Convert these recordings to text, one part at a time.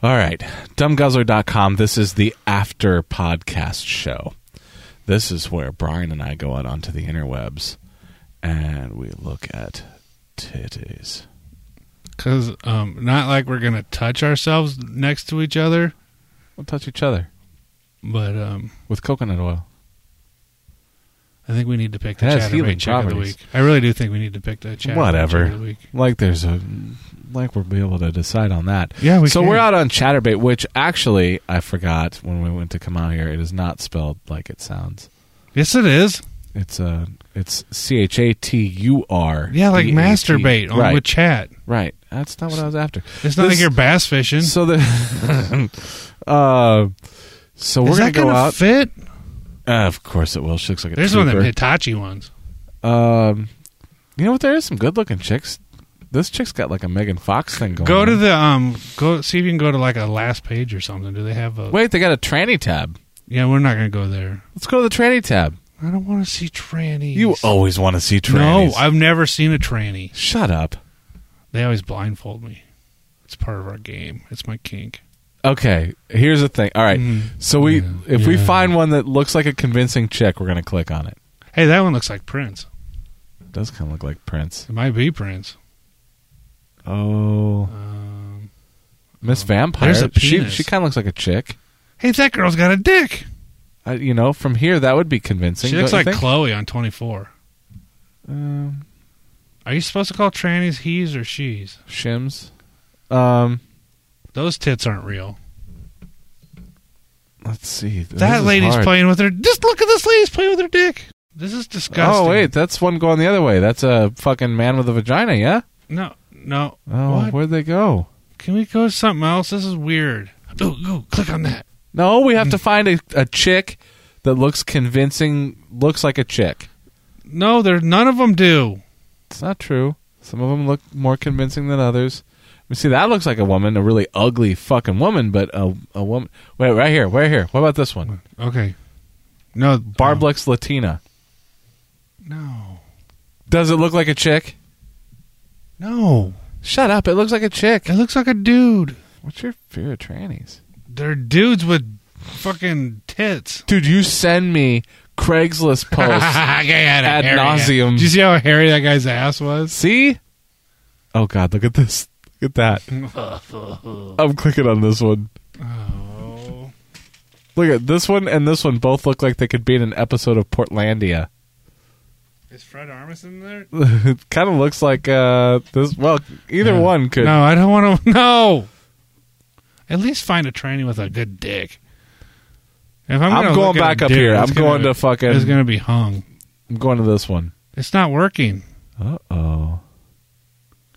All right. Dumbguzzler.com. This is the after podcast show. This is where Brian and I go out onto the interwebs and we look at titties. Because um, not like we're going to touch ourselves next to each other, We'll touch each other but um, with coconut oil. I think we need to pick the It has chatterbait healing chick of the properties. week. I really do think we need to pick the chatterbait Whatever. chick of the week. Like there's a like we'll be able to decide on that. Yeah, we so can. we're out on Chatterbait, which actually I forgot when we went to come out here. It is not spelled like it sounds. Yes, it is. It's uh it's C H A T U R. Yeah, like B A T. masturbate on right, with chat. right. That's not what I was after. It's not This- like you're bass fishing. So the uh, so we're is gonna that go gonna out. fit? Uh, of course, it will. She looks like a There's one of them trooper. Hitachi ones. Um, you know what? There is some good looking chicks. This chick's got like a Megan Fox thing going. Go to on. the um, go see if you can go to like a last page or something. Do they have a? wait. They got a tranny tab. Yeah, we're not gonna go there. Let's go to the tranny tab. I don't want to see trannies. You always want to see trannies. no, I've never seen a tranny. shut up. They always blindfold me. It's part of our game. It's my kink. Okay, here's the thing. All right, Mm. so we Yeah. if we Yeah. find one that looks like a convincing chick, we're gonna click on it. Hey, that one looks like Prince. it does kind of look like Prince. It might be Prince. Oh, Um, Miss Vampire. There's a she penis. she kind of looks like a chick. hey, that girl's got a dick. I, you know, from here that would be convincing. She looks don't you like think? Chloe on 24. um, Are you supposed to call trannies he's or she's? shims. Um, Those tits aren't real. let's see. This that is lady's hard. playing with her. Just look at this lady's playing with her dick. This is disgusting. Oh wait, that's one going the other way. That's a fucking man with a vagina. Yeah. no, no. Oh, What? where'd they go? Can we go to something else? This is weird. Ooh, ooh, click on that. No, we Mm. have to find a, a chick that looks convincing. Looks like a chick. No, there. None of them do. It's not true. Some of them look more convincing than others. You see, that looks like a woman, a really ugly fucking woman, but a, a woman. Wait, right here, right here. What about this one? Okay. No, oh, Barblex Latina. No, Does it look like a chick? no. Shut up. It looks like a chick. It looks like a dude. What's your fear of trannies? They're dudes with fucking tits. Dude, you send me Craigslist posts. Ad Ad nauseum. Did you see how hairy that guy's ass was? See? Oh, God. Look at this. Look at that. I'm clicking on this one. Oh. Look at this one and this one both look like they could be in an episode of Portlandia. Is Fred Armisen there? it kind of looks like uh this well either Yeah. one could No, I don't want to. No. At least find a tranny with a good dick. If I'm, I'm gonna going look at back a up dick, here. it's I'm gonna- going to fucking- It's going to be hung. I'm going to this one. It's not working. Uh-oh.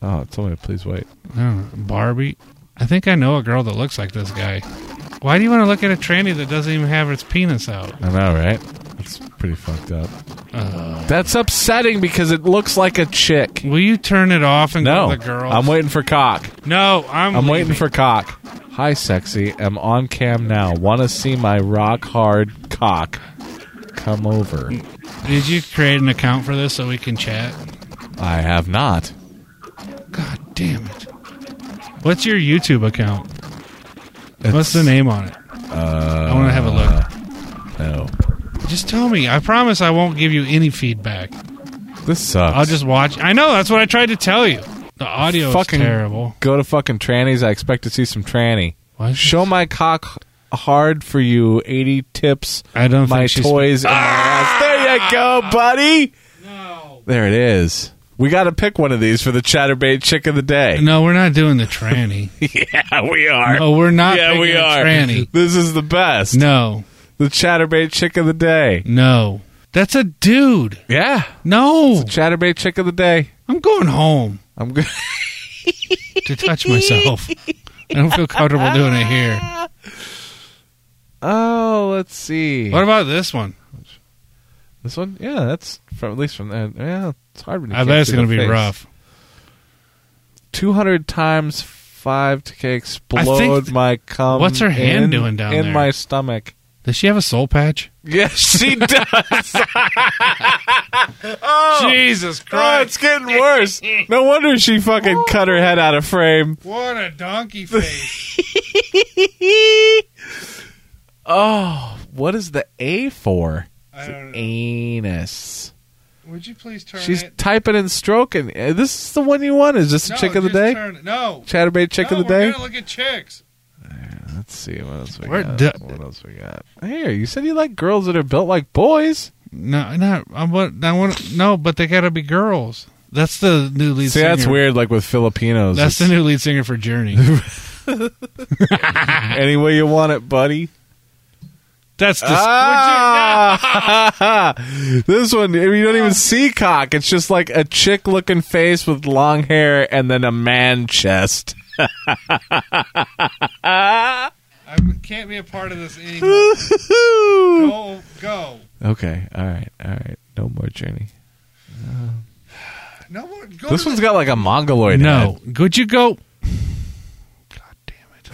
Oh, it's only please wait. I don't know. Barbie. I think I know a girl that looks like this guy. Why do you want to look at a tranny that doesn't even have its penis out? I know, right? That's pretty fucked up. Uh. That's upsetting because it looks like a chick. Will you turn it off and No. go to the girls? I'm waiting for cock. No, I'm I'm. leaving. waiting for cock. Hi sexy. I'm on cam now. Want to see my rock hard cock? Come over. Did you create an account for this so we can chat? I have not. God damn it! What's your YouTube account? It's- What's the name on it? Uh, I want to have a look. No. Just tell me. I promise I won't give you any feedback. This sucks. I'll just watch. I know that's what I tried to tell you. The audio Fucking- is terrible. go to fucking trannies. I expect to see some tranny. Why is Show my cock hard for you. 80 tips. I don't my think she's- Ah! toys and my ass. There you go, buddy. There it is. We got to pick one of these for the chatterbait chick of the day. No, we're not doing the tranny. Yeah, we are. No, we're not. yeah, picking we a are. Tranny. This is the best. No, The chatterbait chick of the day. no. That's a dude. Yeah. No, Chatterbait chick of the day. I'm going home I'm good. to touch myself. I don't feel comfortable doing it here. Oh, let's see. What about this one? This one? Yeah, that's from at least from that. Yeah, it's hard when you I can't bet it's see going to the be face. rough. 200 times 5 to I explode think- my cum. what's her hand in- doing down in there? my stomach. Does she have a soul patch? Yes, she does. Jesus oh, Christ! it's getting worse. No wonder she fucking cut her head out of frame. What a donkey face! Oh, what is the A for? I don't know. Anus. Would you please turn She's it? typing and stroking. Uh, This is the one you want. Is this No, chick of the just day? turn it. No, Chatterbait chick no, of the we're day. gonna look at chicks. Let's see what else we We're got. do- what else we got? Here, you said you like girls that are built like boys. No, not I want. I want no, but they gotta be girls. That's the new lead. See, singer. that's weird. Like with Filipinos, That's the it's new lead singer for Journey. any way you want it, buddy. That's the Ah! this one, you don't even see cock. It's just like a chick looking face with long hair and then a man chest. I can't be a part of this anymore. go, go. okay, all right, all right. No more journey. No more. Go This to one's got like a mongoloid. the- head. no. Could you go? God damn it!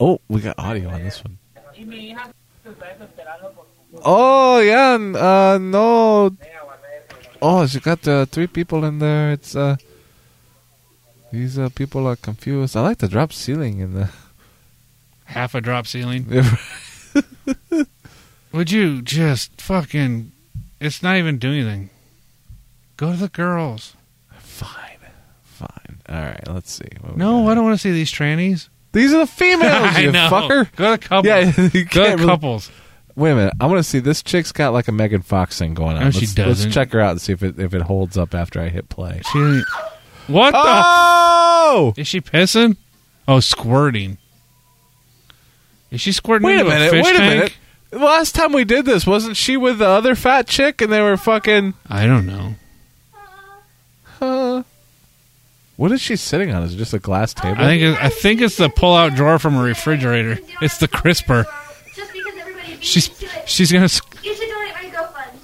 Oh, we got audio on this one. Oh yeah, n- uh, no. Oh, she got uh, three people in there. It's uh, these uh, people are confused. I like the drop ceiling in the. Half a drop ceiling. Would you just fucking? It's not even doing anything. Go to the girls. fine, fine. All right, let's see. What we No, got. I don't want to see these trannies. These are the females, I you know. fucker. Go to couples. Yeah, you Go can't to really- couples. Wait a minute. I want to see this chick's got like a Megan Fox thing going on. No, she let's, doesn't. Let's check her out and see if it if it holds up after I hit play. She, what Ah! Oh! the? Is she pissing? Oh, squirting. Is she squirting Wait a into minute. fish Wait a tank? minute. Last time we did this, wasn't she with the other fat chick and they were fucking. I don't know. Huh? What is she sitting on? Is it just a glass table? I think it, I think it's the pull-out drawer from a refrigerator. It's the crisper. Just because everybody beat She's me to it, she's gonna. s- you should donate my GoFund.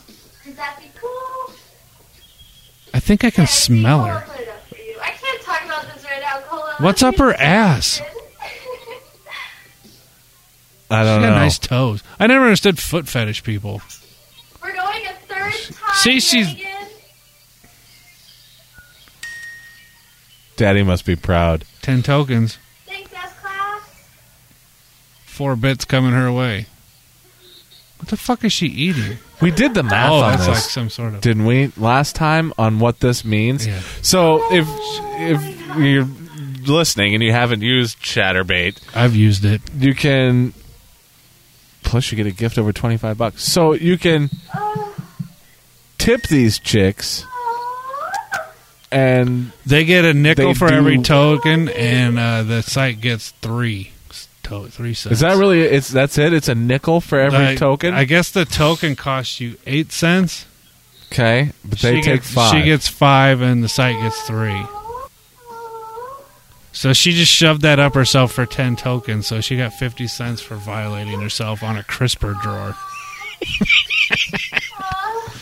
Cause that'd be cool. I think I can Yeah, smell I'll her. put it up for you. I can't talk about this right now, Cola. What's up her ass? I She don't got know. nice toes. I never understood foot fetish people. We're going a third time. See, she's- Megan. Daddy must be proud. Ten tokens, Thanks, ass class. four bits coming her way. What the fuck is she eating? We did the math oh, on that's this. like some sort of. didn't we last time on what this means? Yeah. So if if you're listening and you haven't used ChatterBait, I've used it. you can. Plus, you get a gift over twenty five bucks. So you can tip these chicks, and They get a nickel They for do- every token, and uh, the site gets three s- to- three cents. is that really? It's that's it. It's a nickel for every Uh, token. I guess the token costs you eight cents. okay, but they she take gets, five. She gets five, and the site gets three. Oh, So she just shoved that up herself for ten tokens. So she got fifty cents for violating herself on a crisper drawer. oh.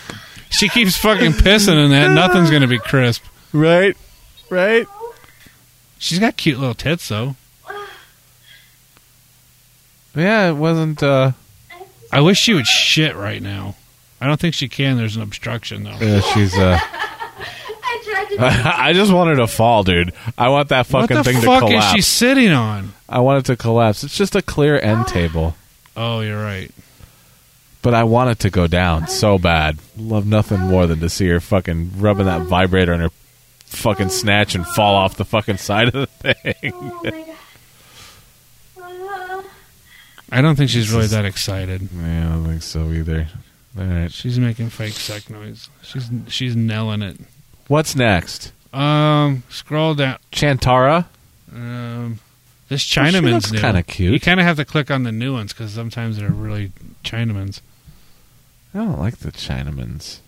she keeps fucking pissing in that. Nothing's gonna be crisp. right, right. She's got cute little tits though. Yeah, it wasn't. uh I wish she would shit right now. I don't think she can. There's an obstruction though. yeah, She's. uh I tried to. I just want her to fall, dude. I want that fucking what the thing fuck to is collapse. she sitting on? I want it to collapse. It's just a clear end table, Oh, you're right. but I want it to go down so bad. Love nothing more than to see her fucking rubbing that vibrator on her fucking snatch and fall off the fucking side of the thing. oh my god. Uh, I don't think she's really that excited. Yeah, I don't think so either. All right, She's making fake sex noise. She's she's nailing it. what's next? Um, scroll down. Chantara. Um, this Well, she Chinaman's looks new. kinda cute. You kind of have to click on the new ones because sometimes they're really Chinamans. I don't like the Chinamans.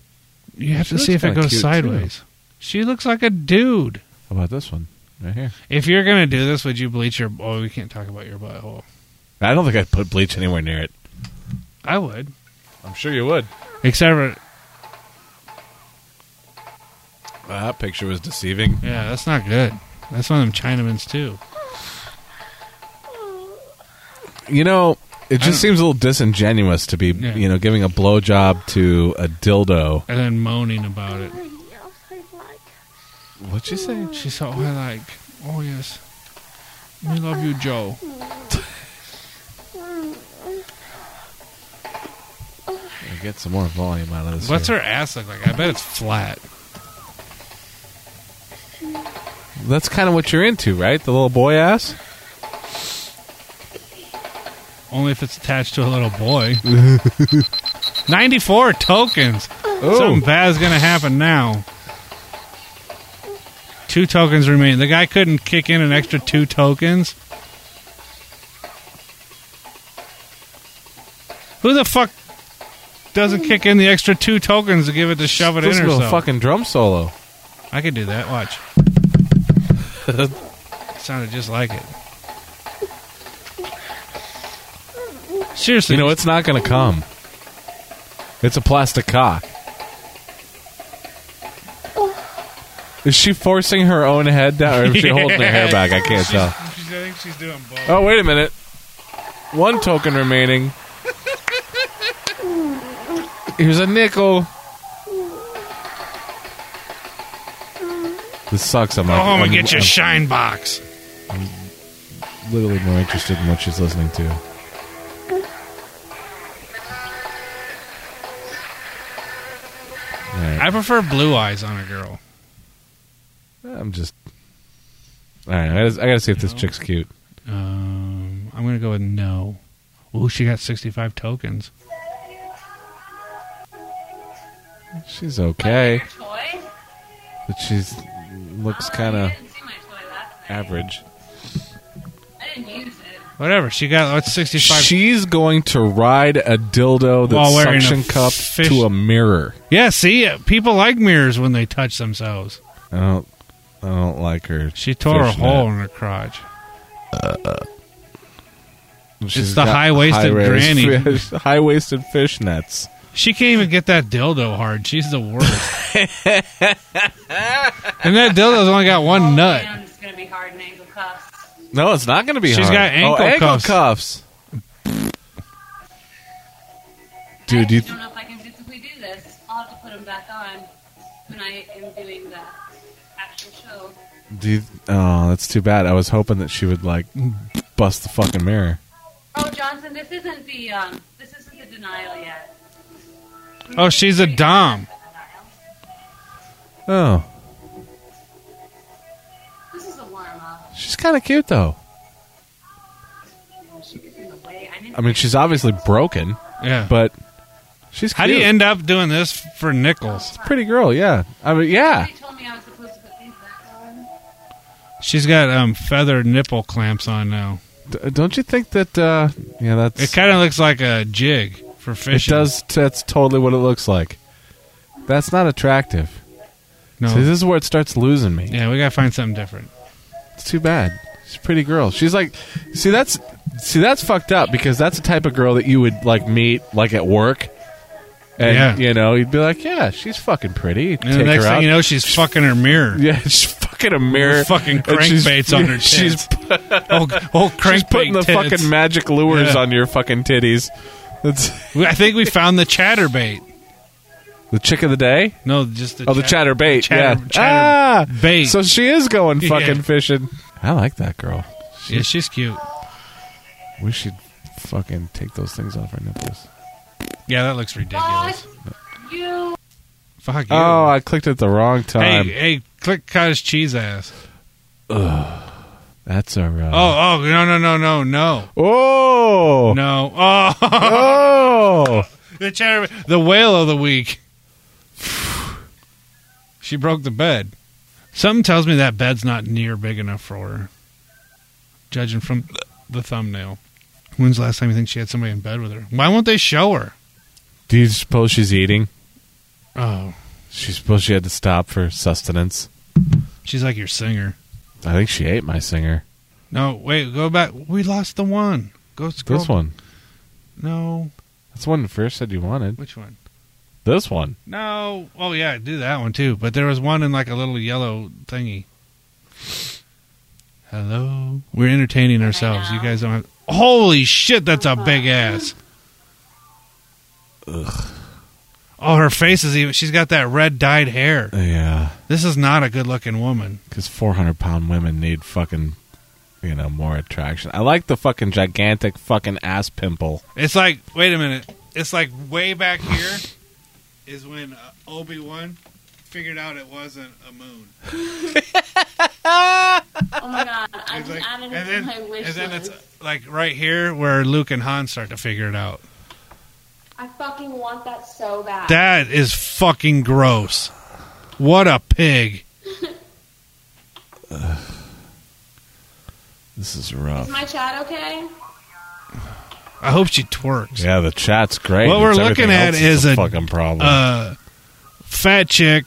You have She to looks see if it kinda goes cute, sideways. She looks like a dude. How about this one right here? If you're gonna do this, would you bleach your? Oh, we can't talk about your butthole. I don't think I'd put bleach anywhere near it. I would, I'm sure you would. except for that picture was deceiving. yeah, that's not good. That's one of them Chinamans too. You know, it I don't- just seems a little disingenuous to be, Yeah. you know, giving a blowjob to a dildo. and then moaning about it. What'd you say? She said, "Oh, I like. Oh yes, we love you, Joe." I'll Get some more volume out of this. What's here. her ass look like? I bet it's flat. That's kind of what you're into, right? The little boy ass. Only if it's attached to a little boy. Ninety-four tokens. Something bad's gonna happen now. Two tokens remain. The guy couldn't kick in an extra two tokens. Who the fuck doesn't kick in the extra two tokens to give it to shove it in Listen or to a something? fucking drum solo. I could do that. Watch. Sounded just like it. Seriously, You know, it's not going to come. It's a plastic cock. Is she forcing her own head down, or is she holding her hair back? I can't She's- tell. she's- I think she's doing both. Oh, wait a minute. One token remaining. Here's a nickel. This sucks. I'm Go like, home Oh, I'm- and Oh, get your I'm shine box. literally more interested in what she's listening to. I prefer blue eyes on a girl. I'm just. All right, I gotta, I gotta see if this chick's cute. Um, I'm gonna go with no. Ooh, she got 65 tokens. She's okay, Your toy? but she's looks Oh, kind you of didn't see my toy last night. average. I didn't use it. Whatever. She got what's 65. She's going to ride a dildo that's While wearing a suction cup fish- to a mirror. yeah. See, uh, people like mirrors when they touch themselves. I don't, I don't like her. She tore a fishnet. hole in her crotch. She's the got high-waisted high-waisted granny. fish- high-waisted fishnets. She can't even get that dildo hard. She's the worst. and that dildo's only got one nut. Damn, it's gonna be hard and ankle cuffs. No, it's not going to be. She's hard. got ankle oh, ankle cuffs. cuffs. Dude, I you actually don't know if I can physically do this. I'll have to put them back on when I am doing the actual show. Do you, oh, that's too bad. I was hoping that she would like bust the fucking mirror. Oh, Johnson, this isn't the um, this isn't the denial yet. Oh, she's a dom. Oh, This is a warm up. she's kind of cute though. She is in the way. I need I mean, she's obviously broken, Yeah. but she's how cute. do you end up doing this for nickels? Pretty girl, yeah. I mean, yeah. Somebody told me I was supposed to put these back on. She's got um feather nipple clamps on now. D- don't you think that? uh Yeah, that's It kind of looks like a jig for it fishing. does. That's totally what it looks like. That's not attractive. See, No. this is where it starts losing me. Yeah, we gotta find something different. It's too bad. She's a pretty girl. She's like, see that's see that's fucked up because that's the type of girl that you would like meet like at work, and Yeah. you know you'd be like, yeah, she's fucking pretty. And Take the next her thing out. you know, she's fucking her mirror. yeah, she's fucking a mirror, With fucking and she's- crankbaits on her She's, Oh, oh, she's crankbait putting the tits. fucking magic lures Yeah. on your fucking titties. That's We- I think we found the chatterbait. the chick of the day. No, just the Oh, the chat- chatterbait. chatter- yeah, ah, chatter- bait. So she is going Yeah. fucking fishing. I like that girl. Yeah, she's cute. We should fucking take those things off our nipples. Yeah, that looks ridiculous. But you Fuck you. Oh, I clicked at the wrong time. hey, hey, click cottage cheese ass. That's a uh, Oh, oh, no, no, no, no, no, oh no. Oh, oh the chatter, the whale of the week. She broke the bed. Something tells me that bed's not near big enough for her. Judging from the thumbnail. When's the last time you think she had somebody in bed with her? Why won't they show her? Do you suppose she's eating? Oh, She suppose she had to stop for sustenance. she's like your singer. I think she ate my singer. No, wait, go back. We lost the one. Go scroll. This one. No, That's the one you first said you wanted. which one? This one. No. Oh yeah, do that one too. But there was one in like a little yellow thingy. Hello. We're entertaining ourselves. You guys don't. Have, Holy shit, that's a big ass. Ugh. Oh, her face is even. She's got that red dyed hair. Yeah. This is not a good looking woman. Because 400 pound women need fucking, you know, more attraction. I like the fucking gigantic fucking ass pimple. It's like, wait a minute. It's like way back here is when uh, Obi Wan figured out it wasn't a moon. Oh my god, I It's just like- added and it then, to my wish and then it's list. like right here where Luke and Han start to figure it out. I fucking want that so bad. That is fucking gross. What a pig. This is Is rough. my chat okay? I hope she twerks. Yeah, the chat's great. What we're It's looking everything at else that's is a- fucking problem. uh, fat chick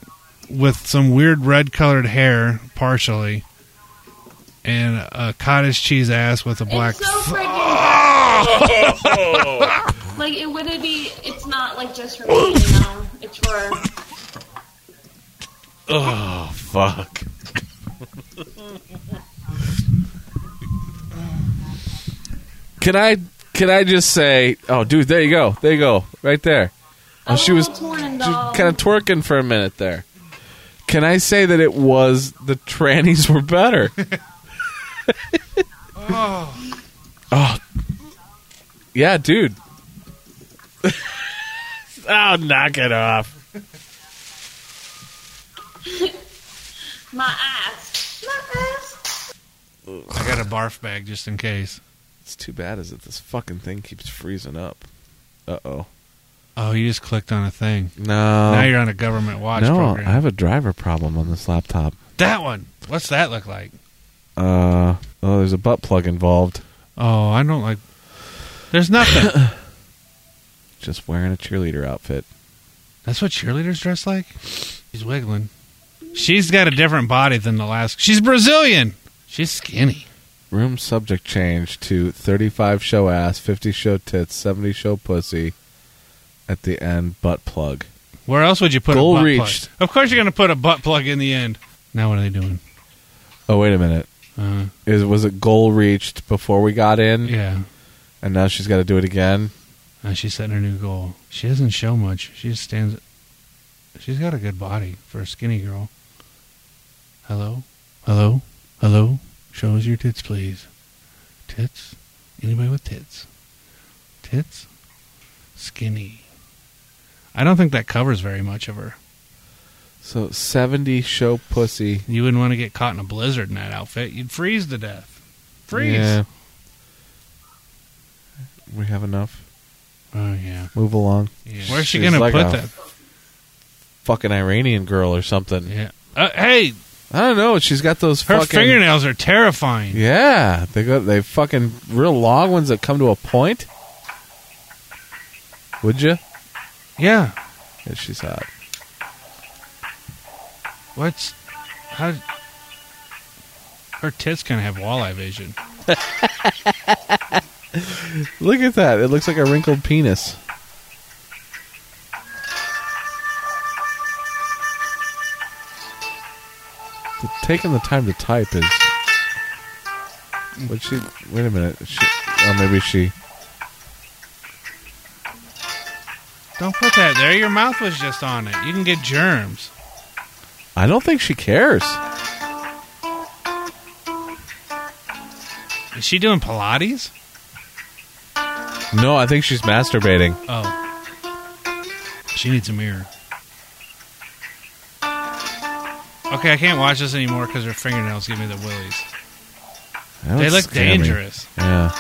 with some weird red colored hair, partially, and a cottage cheese ass with a black. It's so freaking. like it would it be? It's not like just for me, you know. It's for oh, fuck. can I can I just say, oh, dude, there you go, there you go, right there. Oh, I'm she a was little torn and all. kind of twerking for a minute there. Can I say that it was the trannies were better? oh, Oh, yeah, dude. oh, knock it off. my ass. My ass. I got a barf bag just in case. It's too bad is that this fucking thing keeps freezing up. Uh oh. Oh, you just clicked on a thing. No. now you're on a government watch Oh. no, program. I have a driver problem on this laptop. that one. What's that look like? Uh, oh, there's a butt plug involved. Oh, I don't like. There's nothing. Just wearing a cheerleader outfit. That's what cheerleaders dress like. She's wiggling. She's got a different body than the last. She's Brazilian. She's skinny. Room subject change to 35 show ass, 50 show tits, 70 show pussy. At the end, butt plug. Where else would you put Goal a butt reached. plug? Of course, you're going to put a butt plug in the end. Now what are they doing? Oh, wait a minute. Uh, Is was it goal reached before we got in? yeah, And now she's got to do it again. uh, she's setting her new goal. She doesn't show much. She just stands. She's got a good body for a skinny girl. Hello, hello, hello. Show us your tits, please. Tits. Anybody with tits? Tits. Skinny. I don't think that covers very much of her. So 70 show pussy. You wouldn't want to get caught in a blizzard in that outfit. You'd freeze to death. Freeze. Yeah. We have enough. Oh yeah. Move along. Where's she She's gonna like put a- that? Fucking Iranian girl or something. Yeah. Uh, hey, I don't know. She's got those her fucking fingernails are terrifying. Yeah, they got they fucking real long ones that come to a point. Would you? Yeah. Yeah, she's hot. What's how? Her tits kind of have walleye vision. Look at that. It looks like a wrinkled penis. The- taking the time to type is. Would she? Wait a minute. She, oh, maybe she. Don't put that there. Your mouth was just on it. You can get germs. I don't think she cares. Is she doing Pilates? No, I think she's masturbating. Oh, she needs a mirror. Okay, I can't watch this anymore because her fingernails give me the willies. That They would look scare me. dangerous. Yeah.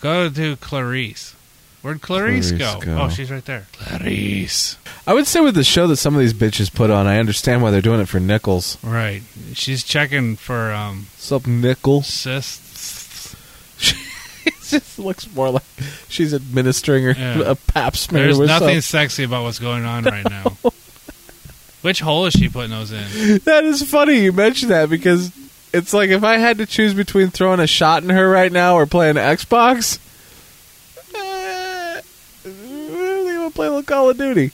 Go to Clarice. Where'd Clarice, Clarice go? go. Oh, she's right there. Clarice. I would say with the show that some of these bitches put on, I understand why they're doing it for nickels. Right. She's checking for um Sup, nickels? cysts. She just looks more like she's administering her Yeah. a pap smear. There's with nothing some- sexy about what's going on right now. Which hole is she putting those in? That is funny you mentioned that because it's like if I had to choose between throwing a shot in her right now or playing Xbox, uh, we would play a little Call of Duty.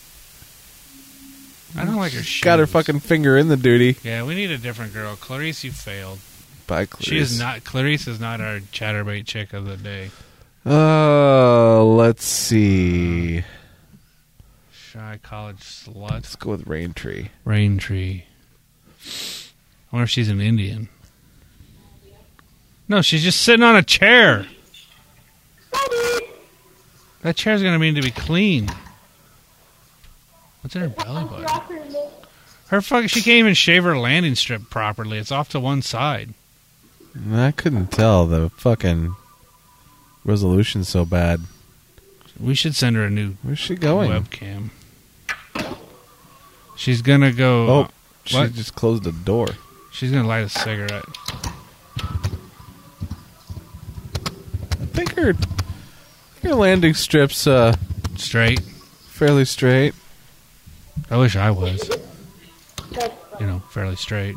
I don't like her shoes. Got her fucking finger in the duty. Yeah, we need a different girl. Clarice, you failed. Bye, Clarice. She is not. Clarice is not our chatterbait chick of the day. Uh, let's see. Shy college slut. Let's go with Rain Tree. Rain tree. I wonder if she's an Indian. No, she's just sitting on a chair. That chair's gonna need to be clean. What's in her belly button? Her fuck. She can't even shave her landing strip properly. It's off to one side. I couldn't tell the fucking resolution so bad. We should send her a new Where's she going? webcam. She's gonna go. Oh, she What? just closed the door. She's gonna light a cigarette. I think her, her landing strip's uh, Straight. fairly straight. I wish I was. You know, fairly straight.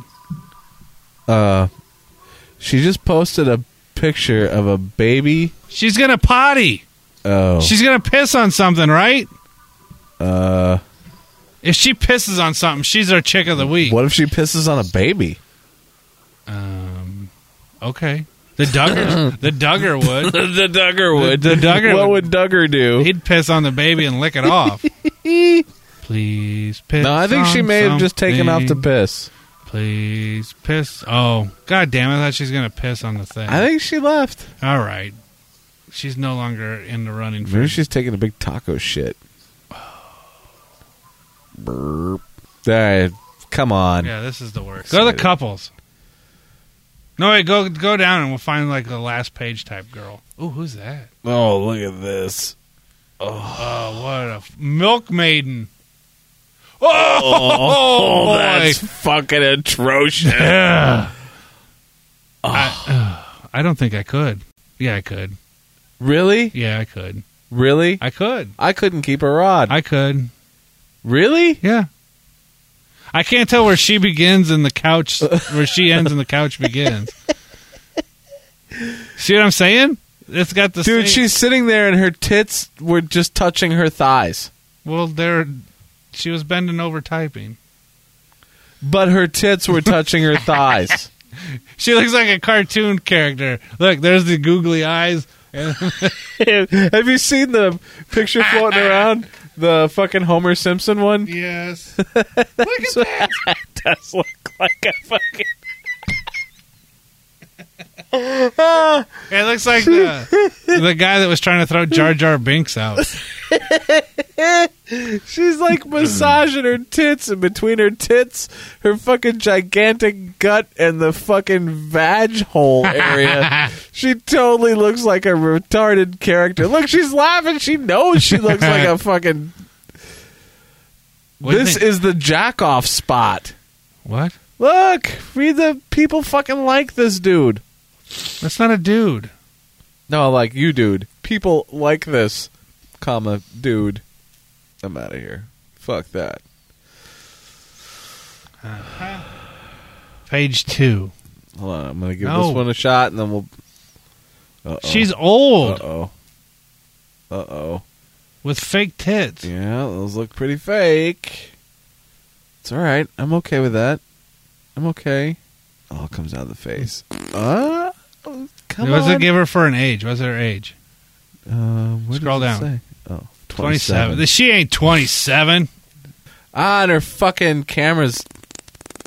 Uh, she just posted a picture of a baby. She's gonna potty. Oh, She's gonna piss on something, right? uh, If she pisses on something, she's our chick of the week. what if she pisses on a baby? Um, okay. The Duggar, the Duggar would. the Duggar would. The Duggar what would. would Duggar do? He'd piss on the baby and lick it off. Please piss. no, I think she on may have just taken off the something. piss. Please piss. Oh, god damn! I thought she's gonna piss on the thing. I think she left. All right. She's no longer in the running for. Maybe she's taking a big taco shit. Burp. All right, come on. Yeah, this is the worst. Go to the couples. No, wait. Go go down and we'll find like the last page type girl. Ooh, who's that? Oh, look at this. Oh, what a f- milk maiden. Oh, boy. oh, fucking atrocious. Yeah. I, ugh, I don't think I could. Yeah, I could. Really? Yeah, I could. Really? I could. I couldn't keep a rod. I could. really? Yeah. I can't tell where she begins and the couch, where she ends and the couch begins. See what I'm saying? It's got the Dude, same- she's sitting there and her tits were just touching her thighs. well. There, she was bending over typing. But her tits were touching her thighs. She looks like a cartoon character. Look, there's the googly eyes. And Have you seen the picture floating around? The fucking Homer Simpson one? yes. That's what that does look like a fucking. It looks like the, the guy that was trying to throw Jar Jar Binks out. She's like massaging her tits, and between her tits, her fucking gigantic gut and the fucking vag hole area, she totally looks like a retarded character. Look, she's laughing. She knows she looks like a fucking. What do you this think? is the jack off spot. what? Look, we the people fucking like this dude. That's not a dude. No, like you, dude. People like this, comma, dude. I'm out of here. Fuck that. Page two. Hold on, I'm gonna give No. this one a shot, and then we'll. Uh-oh. She's old Uh oh. Uh oh. with fake tits. Yeah, those look pretty fake. It's all right. I'm okay with that. I'm okay. All comes out of the face. Uh, come What's on. it give her for an age? What's her age? uh, what does Scroll it down. say? Oh, 27. 27. This- She ain't 27. ah, and her fucking camera's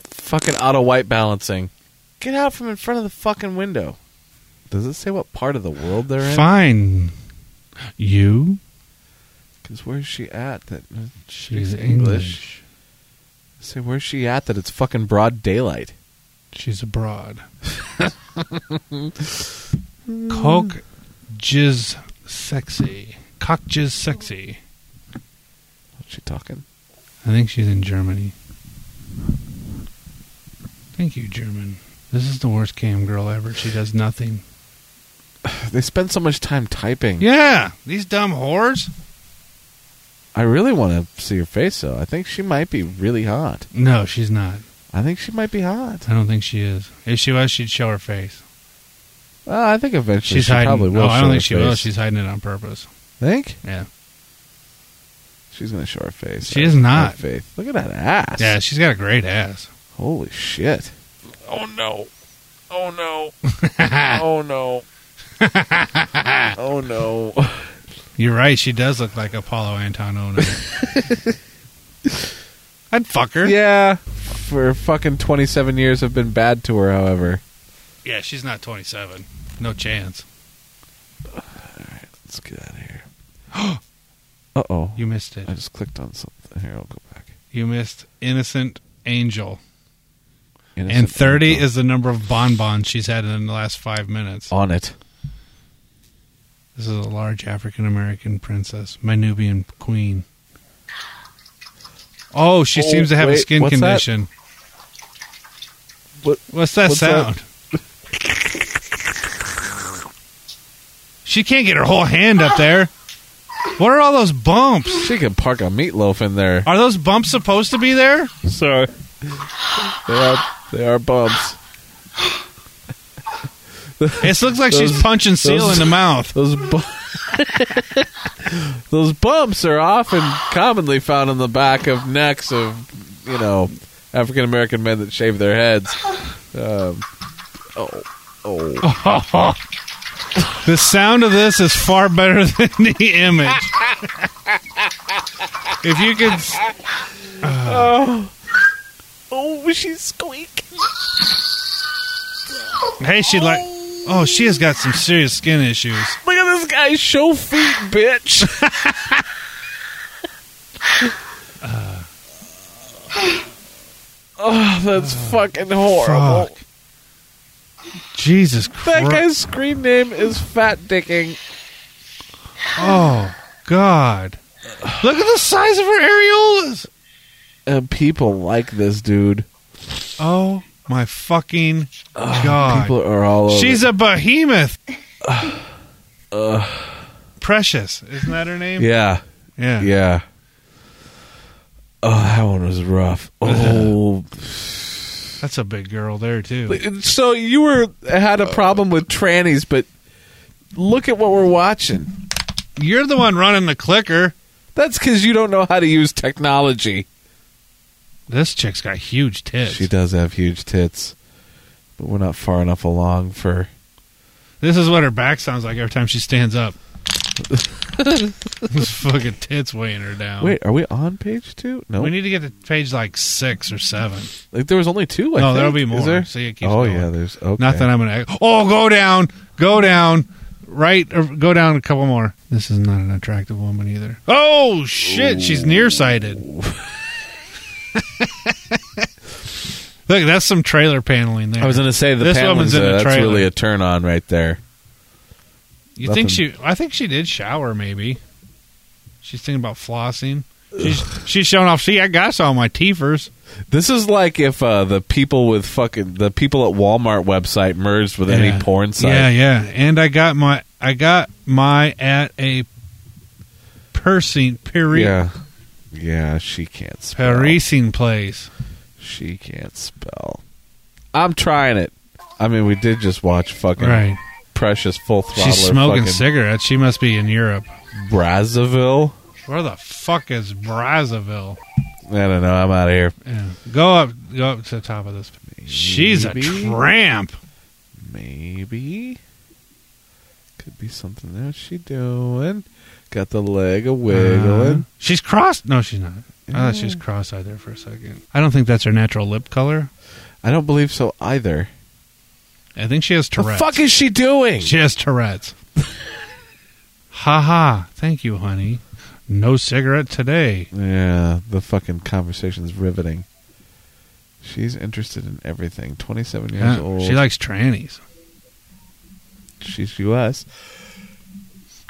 fucking auto white balancing. Get out from in front of the fucking window. Does it say what part of the world they're in? Fine. You? Because where's she at? That She's she's English. English. Say where's she at? That it's fucking broad daylight. She's abroad. Coke jizz sexy. Cock jizz sexy. What's she talking? I think she's in Germany. Thank you, German. This is the worst cam girl ever. She does nothing. They spend so much time typing. Yeah, these dumb whores. I really want to see her face though. I think she might be really hot. No, she's not. I think she might be hot. I don't think she is. If she was, she'd show her face. Well, Uh, I think eventually She's she hiding. probably will. no, I show don't her think she face. will. She's hiding it on purpose. think Yeah, she's gonna show her face. She I- is I have not. Faith. Look at that ass. yeah. She's got a great ass. Holy shit. Oh no. Oh no. oh no. oh no. You're right. She does look like Apollo Antonona. I'd fuck her. Yeah. For fucking 27 years I've been bad to her, however. Yeah, she's not 27. No chance. Let's get out of here. uh oh. You missed it. I just clicked on something. Here, I'll go back. You missed Innocent Angel. Innocent And 30 Angel. is the number of bonbons she's had in the last five minutes. on it. This is a large African American princess, my Nubian queen. Oh, she Oh, seems to have a wait, skin what's that? condition. What- What's that what's that? sound? she can't get her whole hand up there. What are all those bumps? She could park a meatloaf in there. Are those bumps supposed to be there? Sorry. They are, they are bumps. It looks like Those- she's punching seal those- in the mouth. Those bu- those bumps are often commonly found on the back of necks of you know African American men that shave their heads. Um, oh, oh, The sound of this is far better than the image. if you could, s- oh, she's squeaking. hey, she like. Oh, she has got some serious skin issues. Look at this guy show feet, bitch. Uh, oh, that's fucking horrible. Fuck. Jesus That Christ! guy's screen name is Fat Dicking. Oh God! Look at the size of her areolas. And people like this dude. Oh my fucking God! People are all over. She's a behemoth. Precious, isn't that her name? yeah, Yeah. yeah. Oh, that one was rough. Oh, That's a big girl there too. so you were had Uh, a problem with trannies, but look at what we're watching. You're the one running the clicker. That's because you don't know how to use technology. This chick's got huge tits. She does have huge tits, but we're not far enough along for. This is what her back sounds like every time she stands up. this fucking tits weighing her down. Wait, are we on page two? No, Um, We need to get to page like six or seven. like there was only two. I no, think. there'll be Is more. there? See, it keeps Oh going. yeah, there's okay. Not that I'm gonna. Oh, go down, go down, right, or go down a couple more. This is not an attractive woman either. Oh shit, she's nearsighted. Look, that's some trailer paneling there. I was going to say the This paneling's woman's in a- a that's trailer. really a turn on right there. you nothing. think she? I think she did shower. Maybe she's thinking about flossing. She's she's showing off. See, I got all my teethers. This is like if uh, the people with fucking the people at Walmart website merged with Yeah. any porn site. Yeah, yeah. And I got my I got my at a piercing peri- yeah, Yeah, She can't spell. Parisian place. She can't spell. I'm trying it. I mean, we did just watch fucking Right. precious full throttle. She's smoking fucking cigarettes. She must be in Europe. Brazzaville. Where the fuck is Brazzaville? I don't know. I'm out of here. Yeah. Go up go up to the top of this. She's a Maybe. tramp. Maybe could be something there. She doing got the leg a wiggling. Uh, she's crossed. No, she's not. I thought she was cross-eyed there for a second. I don't think that's her natural lip color. I don't believe so either. I think she has The Tourette's. fuck is she doing? She has Tourette's. ha ha. Thank you, honey. No cigarette today. Yeah, the fucking conversation's riveting. She's interested in everything. Twenty-seven years Yeah, old. she likes trannies. she's U.S.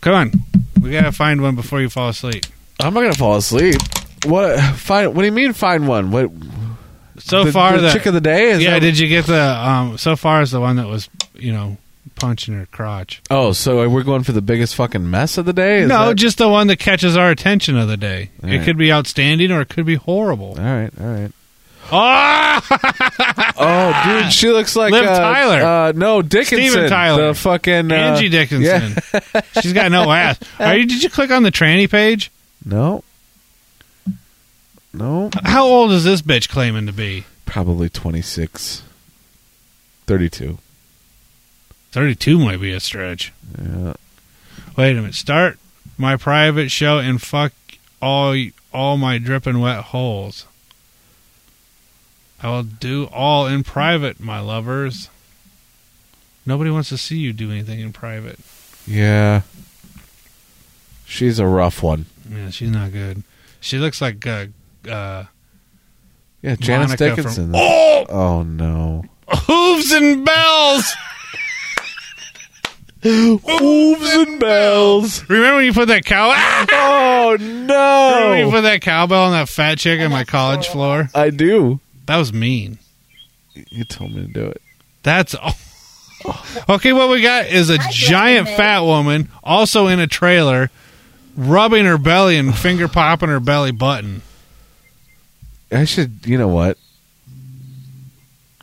Come on. We gotta find one before you fall asleep. I'm not gonna fall asleep. What? Find? What do you mean? Find one? What? So the, far, the the, chick of the day is. yeah. that- Did you get the? Um, so far is the one that was, you know, punching her crotch. oh, so we're going for the biggest fucking mess of the day? Is no, that- just the one that catches our attention of the day. All it right. could be outstanding or it could be horrible. all right, all right. Ah! Oh, dude, she looks like Liv uh, Tyler. Uh, no, Dickinson. Steven Tyler. The fucking uh, Angie yeah. Dickinson. She's got no ass. Are you? Did you click on the tranny page? No. No. How old is this bitch claiming to be? Probably 26. 32. 32 might be a stretch. Yeah. Wait a minute. Start my private show and fuck all y- all my dripping wet holes. I will do all in private, my lovers. Nobody wants to see you do anything in private. Yeah. She's a rough one. Yeah, she's not good. She looks like uh, uh, Yeah, Janice Monica from- Dickinson. oh! no. hooves and bells. Hooves and bells. Remember when you put that cow? Ah! Oh Remember when you no. put that cowbell on that fat chick on my college floor? I do. That was mean. You told me to do it. That's all. Okay, what we got is a giant fat woman, also in a trailer, rubbing her belly and finger popping her belly button. I should. You know what?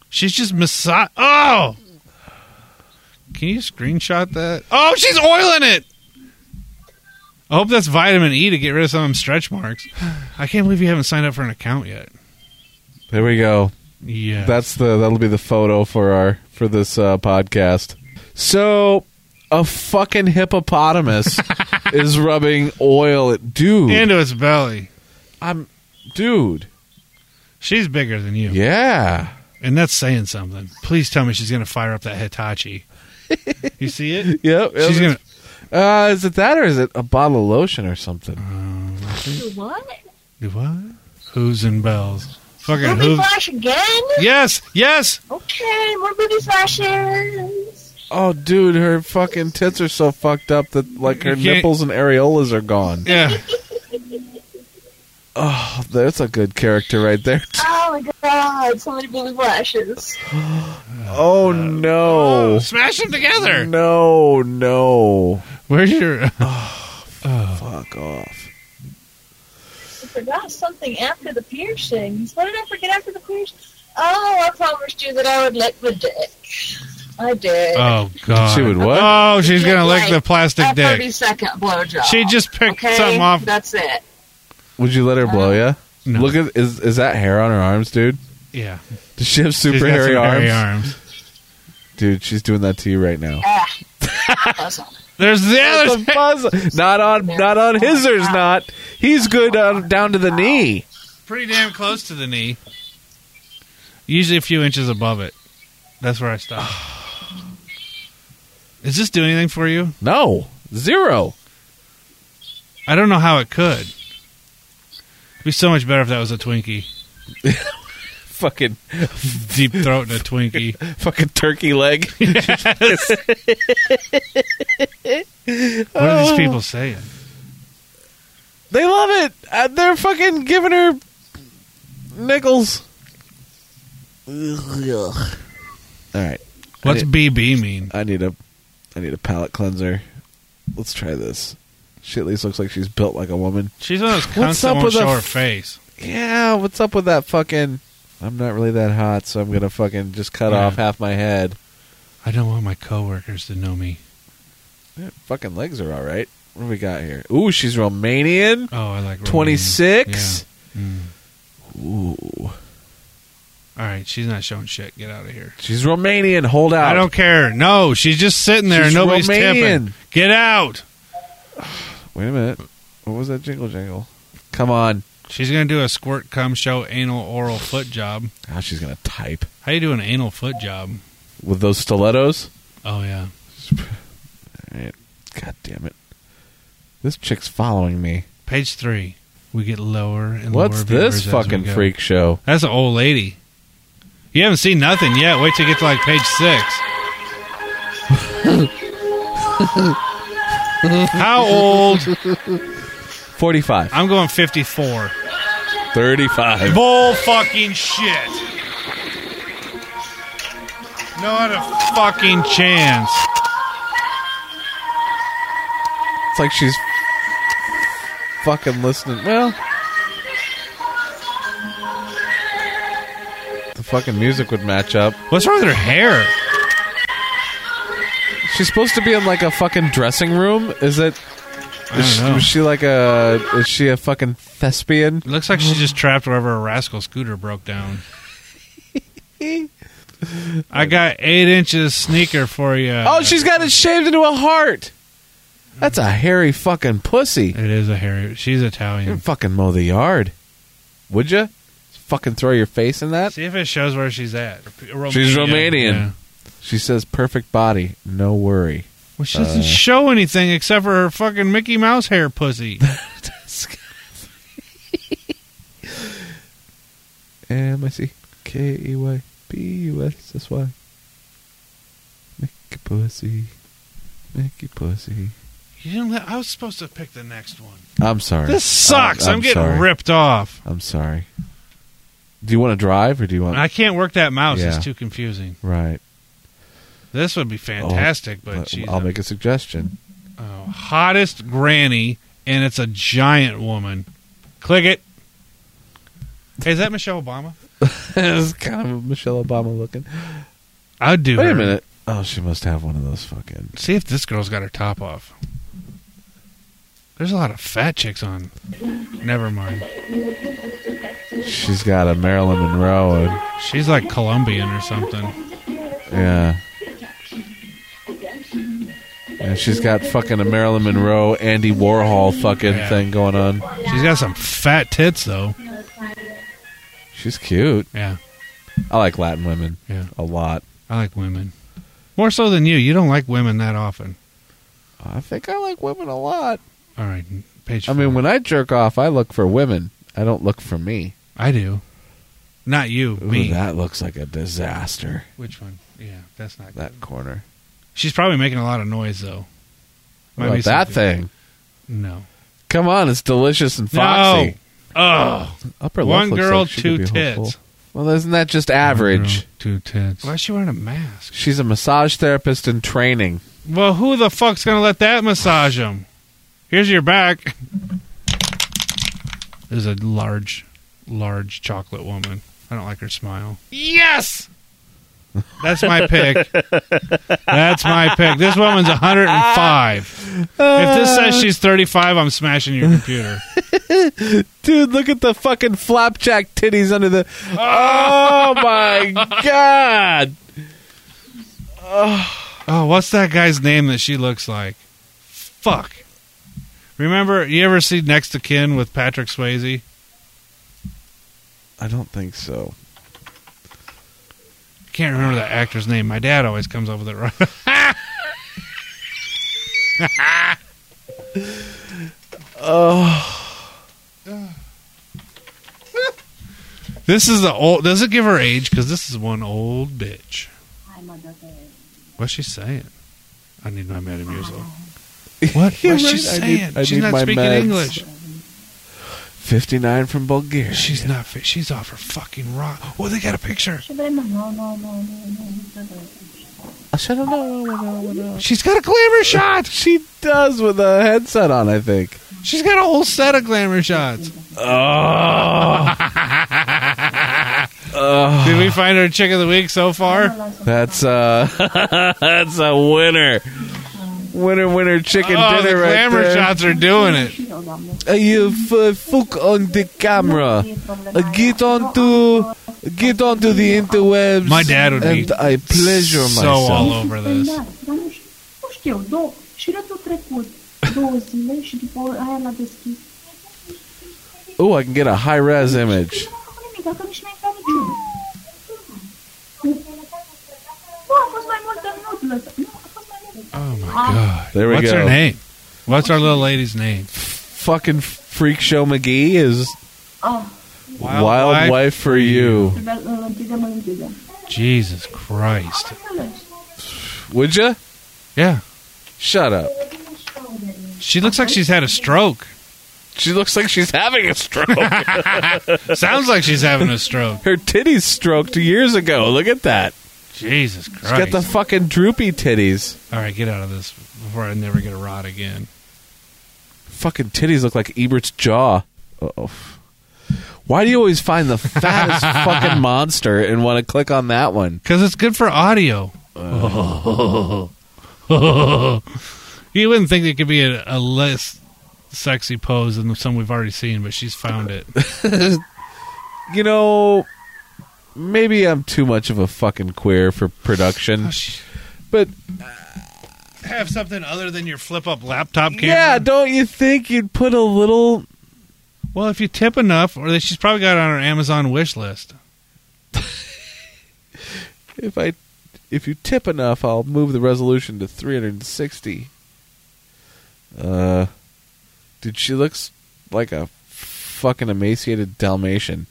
She's just massage. Oh, can you screenshot that? Oh, she's oiling it. I hope that's vitamin E to get rid of some of them stretch marks. I can't believe you haven't signed up for an account yet. There we go. Yeah, That's the that'll be the photo for our for this uh, podcast. So a fucking hippopotamus is rubbing oil at dude. into its belly. I'm dude. She's bigger than you. Yeah. And that's saying something. Please tell me she's going to fire up that Hitachi. you see it? Yep. She's going to. Uh, is it that or is it a bottle of lotion or something? What? Do what? Hooves and bells. Fucking Ruby hooves. Flash again? Yes, yes. Okay, more booby flashes. Oh, dude, her fucking tits are so fucked up that like her You can't- nipples and areolas are gone. Yeah. Oh, that's a good character right there. Oh my god, so many booby flashes. Oh no. Smash them together. Oh. No, no. Where's your. Fuck off. I forgot something after the piercings. What did I forget after the piercings? Oh, I promised you that I would lick the dick. I did. Oh, God. She would what? Oh, she's going to lick the a plastic dick. thirty-second blowjob. She just picked okay? something off. That's it. Would you let her blow ya? No. Look at is is that hair on her arms, dude? Yeah. Does she have She's super got hairy some arms? hairy arms. Dude, she's doing that to you right now. Ah. That's all. There's the other. It's a puzzle. Not on not on his there's not. He's good on, down to the knee. Pretty damn close to the knee. Usually a few inches above it. That's where I stop. Is this doing anything for you? No. Zero. I don't know how it could. It'd be so much better if that was a Twinkie. Fucking Deep throat and a Twinkie. fucking turkey leg. What are these people saying? They love it. Uh, they're fucking giving her nickels. All right, What's I BB mean? I need a, I need a palate cleanser. Let's try this. She at least looks like she's built like a woman. She's one of those What's cunts that up won't with show a her f- face. Yeah, what's up with that fucking? I'm not really that hot, so I'm gonna fucking just cut Yeah. off half my head. I don't want my coworkers to know me. Yeah, fucking legs are all right. What do we got here? Ooh, she's Romanian. Oh, I like Romanian. Twenty six. Yeah. Mm. Ooh, All right, she's not showing shit. Get out of here. she's Romanian. Hold out. I don't care. No, she's just sitting there. She's and Nobody's Romanian. tipping. Get out. Wait a minute. What was that jingle jangle? Come on. She's gonna do a squirt cum show anal oral foot job. Now Ah, she's gonna type How you do an anal foot job? with those stilettos. Oh yeah. All right. God damn it! This chick's following me. Page three. We get lower and What's lower. this viewers as fucking we go. freak show? That's an old lady. You haven't seen nothing yet. Wait till you get to like page six. How old? Forty-five. I'm going 54. Thirty-five. Bull fucking shit. Not a fucking chance. It's like she's fucking listening. Well, the fucking music would match up. What's wrong with her hair? She's supposed to be in like a fucking dressing room. Is it? I Is don't she, know. was she like a? Is she a fucking thespian? It looks like she's just trapped wherever a rascal scooter broke down. I got eight inches sneaker for you. Oh, she's got it shaved into a heart. That's a hairy fucking pussy. It is a hairy. She's You Italian. fucking mow the yard, would you? Fucking throw your face in that. See if it shows where she's at. Romania. She's Romanian. Yeah. She says, "Perfect body, no worry." Uh. Well, she doesn't show anything except for her fucking Mickey Mouse hair pussy. M I C K E Y P U S S Y. Mickey pussy, Mickey pussy. you didn't let, I was supposed to pick the next one. I'm sorry. This sucks. Oh, I'm I'm, getting sorry. ripped off. I'm sorry. Do you want to drive or do you want? I can't work that mouse. Oh. Yeah. It's too confusing. right. This would be fantastic, but But she's I'll a- make a suggestion. Oh, hottest granny, and it's a giant woman. Click it. Hey, is that Michelle Obama? it's kind of Michelle Obama looking. I'd do. Wait her. a minute. Oh, she must have one of those fucking. See if this girl's got her top off. There's a lot of fat chicks on. Never mind. She's got a Marilyn Monroe. And, She's like Colombian or something. yeah. And she's got fucking a Marilyn Monroe, Andy Warhol fucking Yeah. thing going on. She's got some fat tits though. She's cute. Yeah, I like Latin women yeah. a lot. I like women more so than you. You don't like women that often. I think I like women a lot. All right, page. I four. mean, when I jerk off, I look for women. I don't look for me. I do. Not you, Ooh, me. that looks like a disaster. Which one? Yeah, that's not good. That corner. She's probably making a lot of noise though. What about that something- thing? No. Come on, it's delicious and foxy. No. Oh, Upper lip one looks girl, like she could two be tits. hopeful. Well, isn't that just average? Two tits. Why is she wearing a mask? She's a massage therapist in training. Well, who the fuck's gonna let that massage him? Here's your back. There's a large, large chocolate woman. I don't like her smile. Yes. That's my pick. That's my pick. This woman's 105. If this says she's 35, I'm smashing your computer. Dude, look at the fucking flapjack titties under the. Oh my god! Oh, what's that guy's name that she looks like? Fuck. Remember, you ever see Next to Kin with Patrick Swayze? I don't think so. Can't remember that actor's name. My dad always comes up with it right. Oh, this is the old. Does it give her age? Because this is one old bitch. What's she saying? I need my Metamucil. What? Yeah, What's right. she I saying? need- I She's need not my speaking meds. English. 59 from Bulgaria. She's not. Fi- she's off her fucking rock. Oh, they got a picture. I should have known. I know, I know. She's got a glamour shot. She does with a headset on, I think. She's got a whole set of glamour shots. Oh, Did we find our chick of the week so far? that's uh that's a winner. Winner, winner, chicken oh, the dinner right glamour there. shots are doing it. Uh, you f- fuck on the camera. Uh, get onto get onto the interwebs. My dad would and be I pleasure so myself. all over this. Da, nu, ș- nu știu, două, și rătul trecut, două zile și după aia l-a deschis. Oh, I can get a high res image. Nu am făcut nimic, dacă nici n-ai dat niciunul. Nu, a fost mai mult de minut lăsat. Nu, a fost mai mult. Oh my god! There we What's go. her name? What's our little lady's name? Fucking freak show McGee is Ah, wild, wife, for you. trebuia îl închidem în închidem. Jesus Christ! Am înțeles. Would ya? Yeah, Shut up. she looks like she's had a stroke. She looks like she's having a stroke. Sounds like she's having a stroke. Her titties stroked years ago. Look at that. Jesus She's got Christ! the fucking droopy titties. All right, get out of this before I never get a rod again. Fucking titties look like Ebert's jaw. Oh, why do you always find the fattest fucking monster and want to click on that one? Because it's good for audio. you wouldn't think it could be a, a less sexy pose than some we've already seen, but she's found it. You know, maybe I'm too much of a fucking queer for production, but Have something other than your flip up laptop camera. yeah, don't you think you'd put a little? Well, if you tip enough, or that she's probably got it on her Amazon wish list. If I, if you tip enough, I'll move the resolution to 360. Uh, dude, she looks like a fucking emaciated Dalmatian.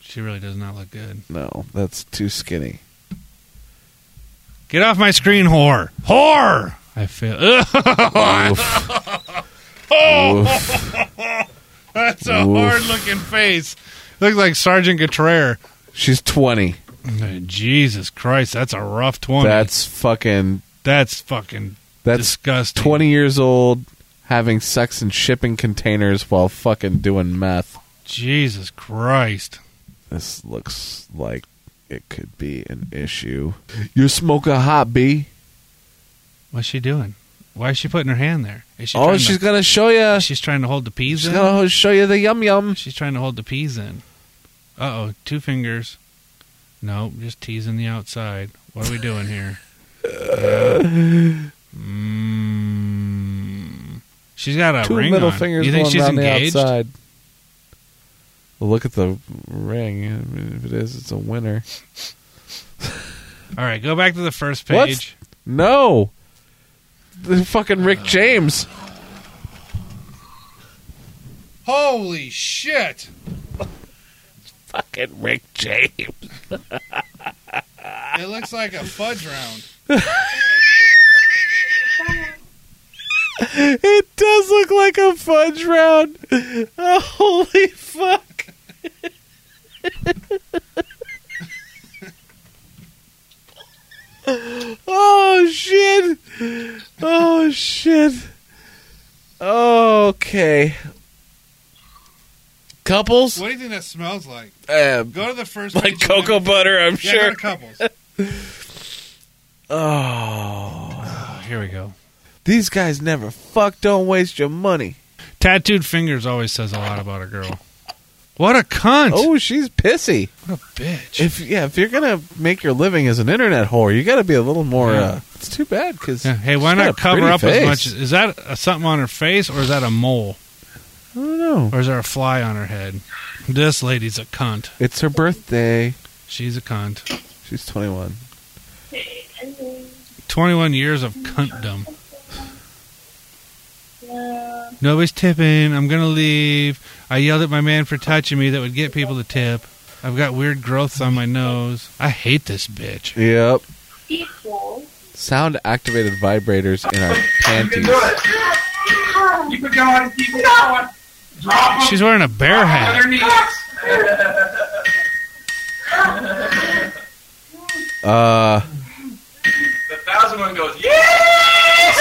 She really does not look good. No, that's too skinny. Get off my screen, whore! Whore! I feel. Oh, Oof. Oof. That's a Oof. hard looking face. Looks like Sergeant Cotrere. She's 20. Jesus Christ, that's a rough 20. That's fucking. That's fucking That's disgusting. 20 years old having sex in shipping containers while fucking doing meth. Jesus Christ. This looks like it could be an issue. You're smoking hot, B. What's she doing? Why is she putting her hand there? Is she oh, trying she's to, gonna show you. she's trying to hold the peas She's in? gonna show you the yum yum. She's trying to hold the peas in. Uh oh, two fingers. No, just teasing the outside. What are we doing here? Yeah. Mm. She's got a Two ring middle on. fingers you think going she's around engaged? the outside. Look at the ring. I mean, if it is, it's a winner. All right, go back to the first What? page. No, the fucking Rick James. Holy shit! Fucking Rick James. It looks like a fudge round. It does look like a fudge round. Oh, holy fuck. oh shit. Oh shit. Okay. Couples? do you think that smells like? Uh, Go to the first like cocoa butter, I'm sure. couples. Oh. here we go. These guys never fuck. Don't waste your money. Tattooed fingers always says a lot about a girl. What a cunt! Oh, she's pissy. What a bitch! If yeah, if you're gonna make your living as an internet whore, you got to be a little more. Yeah. Uh, it's too bad because Yeah, Hey, why she's got not a cover pretty up as face. much? as- Is that uh something on her face, or is that a mole, I don't know. or is there a fly on her head? This lady's a cunt. It's her birthday. She's a cunt. She's 21. Twenty-one years of cuntdom. Yeah. Nobody's tipping. I'm gonna leave. I yelled at my man for touching me. That would get people to tip. I've got weird growths on my nose. I hate this bitch. Yep. Equal. Sound activated vibrators in our panties. You can go on and keep it going. Drop them She's wearing a bear on their hat. knees. Uh, The thousand one goes, yeah!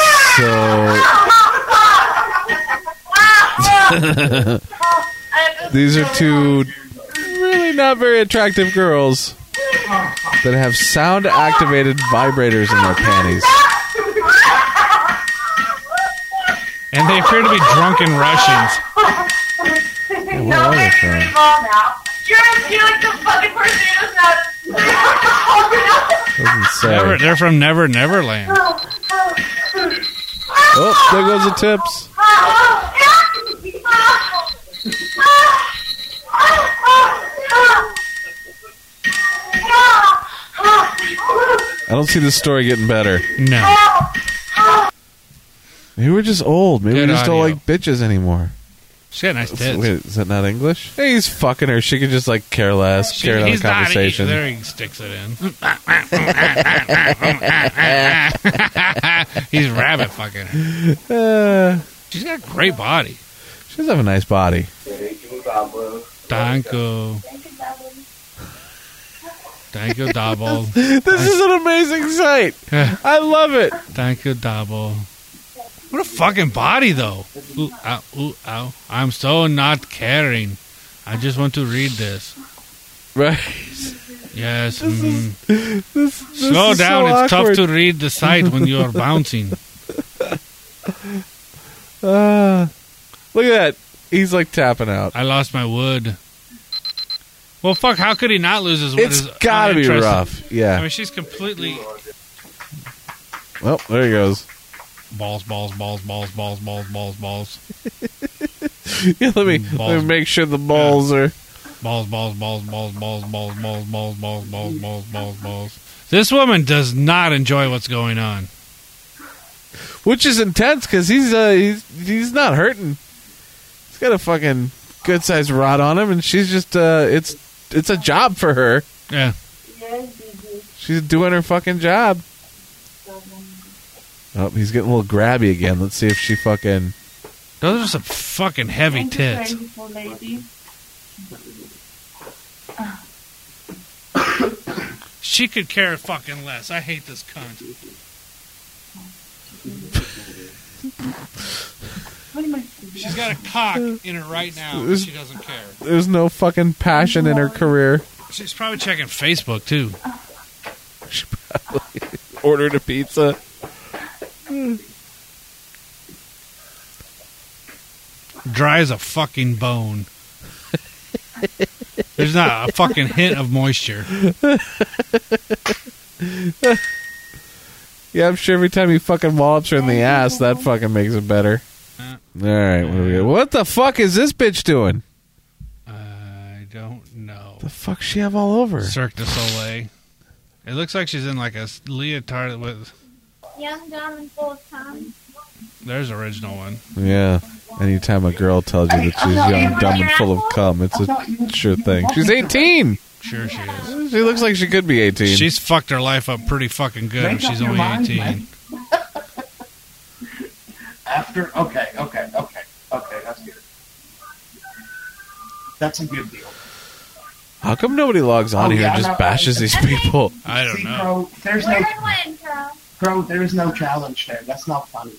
so these are two really not very attractive girls that have sound activated vibrators in their panties. And they appear to be drunken Russians. Hey, where are they from? You're, you're like the fucking person who doesn't have Doesn't say. Never, they're from Never Neverland. Oh, there goes the tips. I don't see this story getting better. No. Maybe we're just old. Maybe Good we just don't audio. like bitches anymore. She's got nice tits. Wait, is that not English? Hey, he's fucking her. She could just like care less, She- care less he's not- conversation. he- there he sticks it in. he's rabbit fucking. her. Uh, She's got a great body. she does have a nice body. Danko. Danko double. This is an amazing sight. Eh. I love it. Danko double. What a fucking body, though. Ooh, ow, ooh, ow. I'm so not caring. I just want to read this. Right. Yes. This is- mm. This, this Slow is so down. it's awkward. tough to read the site when you are bouncing. Ah. Uh, look at that. He's like tapping out. I lost my wood. Well, fuck. How could he not lose his? It's his gotta be uninterested- rough. Yeah. I mean, she's completely well, there he goes. balls, balls, balls, balls, balls, balls, balls, balls, yeah, let me let Balls. me make sure the balls are. balls, balls, balls, balls, balls, balls, balls, balls, balls, balls, balls, balls, balls. This woman does not enjoy what's going on. which is intense because he's uh he's he's not hurting. He's got a fucking good sized rod on him, and she's just uh it's it's a job for her. Yeah. She's doing her fucking job. Oh, he's getting a little grabby again. Let's see if she fucking. Those are some fucking heavy Thank tits. you, Beautiful lady. She could care fucking less. I hate this cunt. What am I She's got a cock in her right now. and She doesn't care. There's no fucking passion in her career. She's probably checking Facebook too. Ordered a pizza. Dry as a fucking bone. There's not a fucking hint of moisture. Yeah, I'm sure every time he fucking wallops her in the ass, that fucking makes it better. Uh. All right, what, do we got? what the fuck is this bitch doing? I don't know. The fuck she have all over? Cirque du Soleil. It looks like she's in like a s- leotard with. Young, dumb, and full of time. There's the original one. Yeah. Anytime a girl tells you that she's young, dumb, and full of cum, it's a sure thing. She's 18. Sure she is. She looks like she could be 18. She's fucked her life up pretty fucking good if Make up she's your only mind, 18. man. After, okay, okay, okay, okay, that's good. That's a good deal. How come nobody logs on Oh, here yeah, and I'm just not- bashes these people? I don't See, know. Crow, there's We're no in Winco. Crow, there is no challenge there. That's not funny.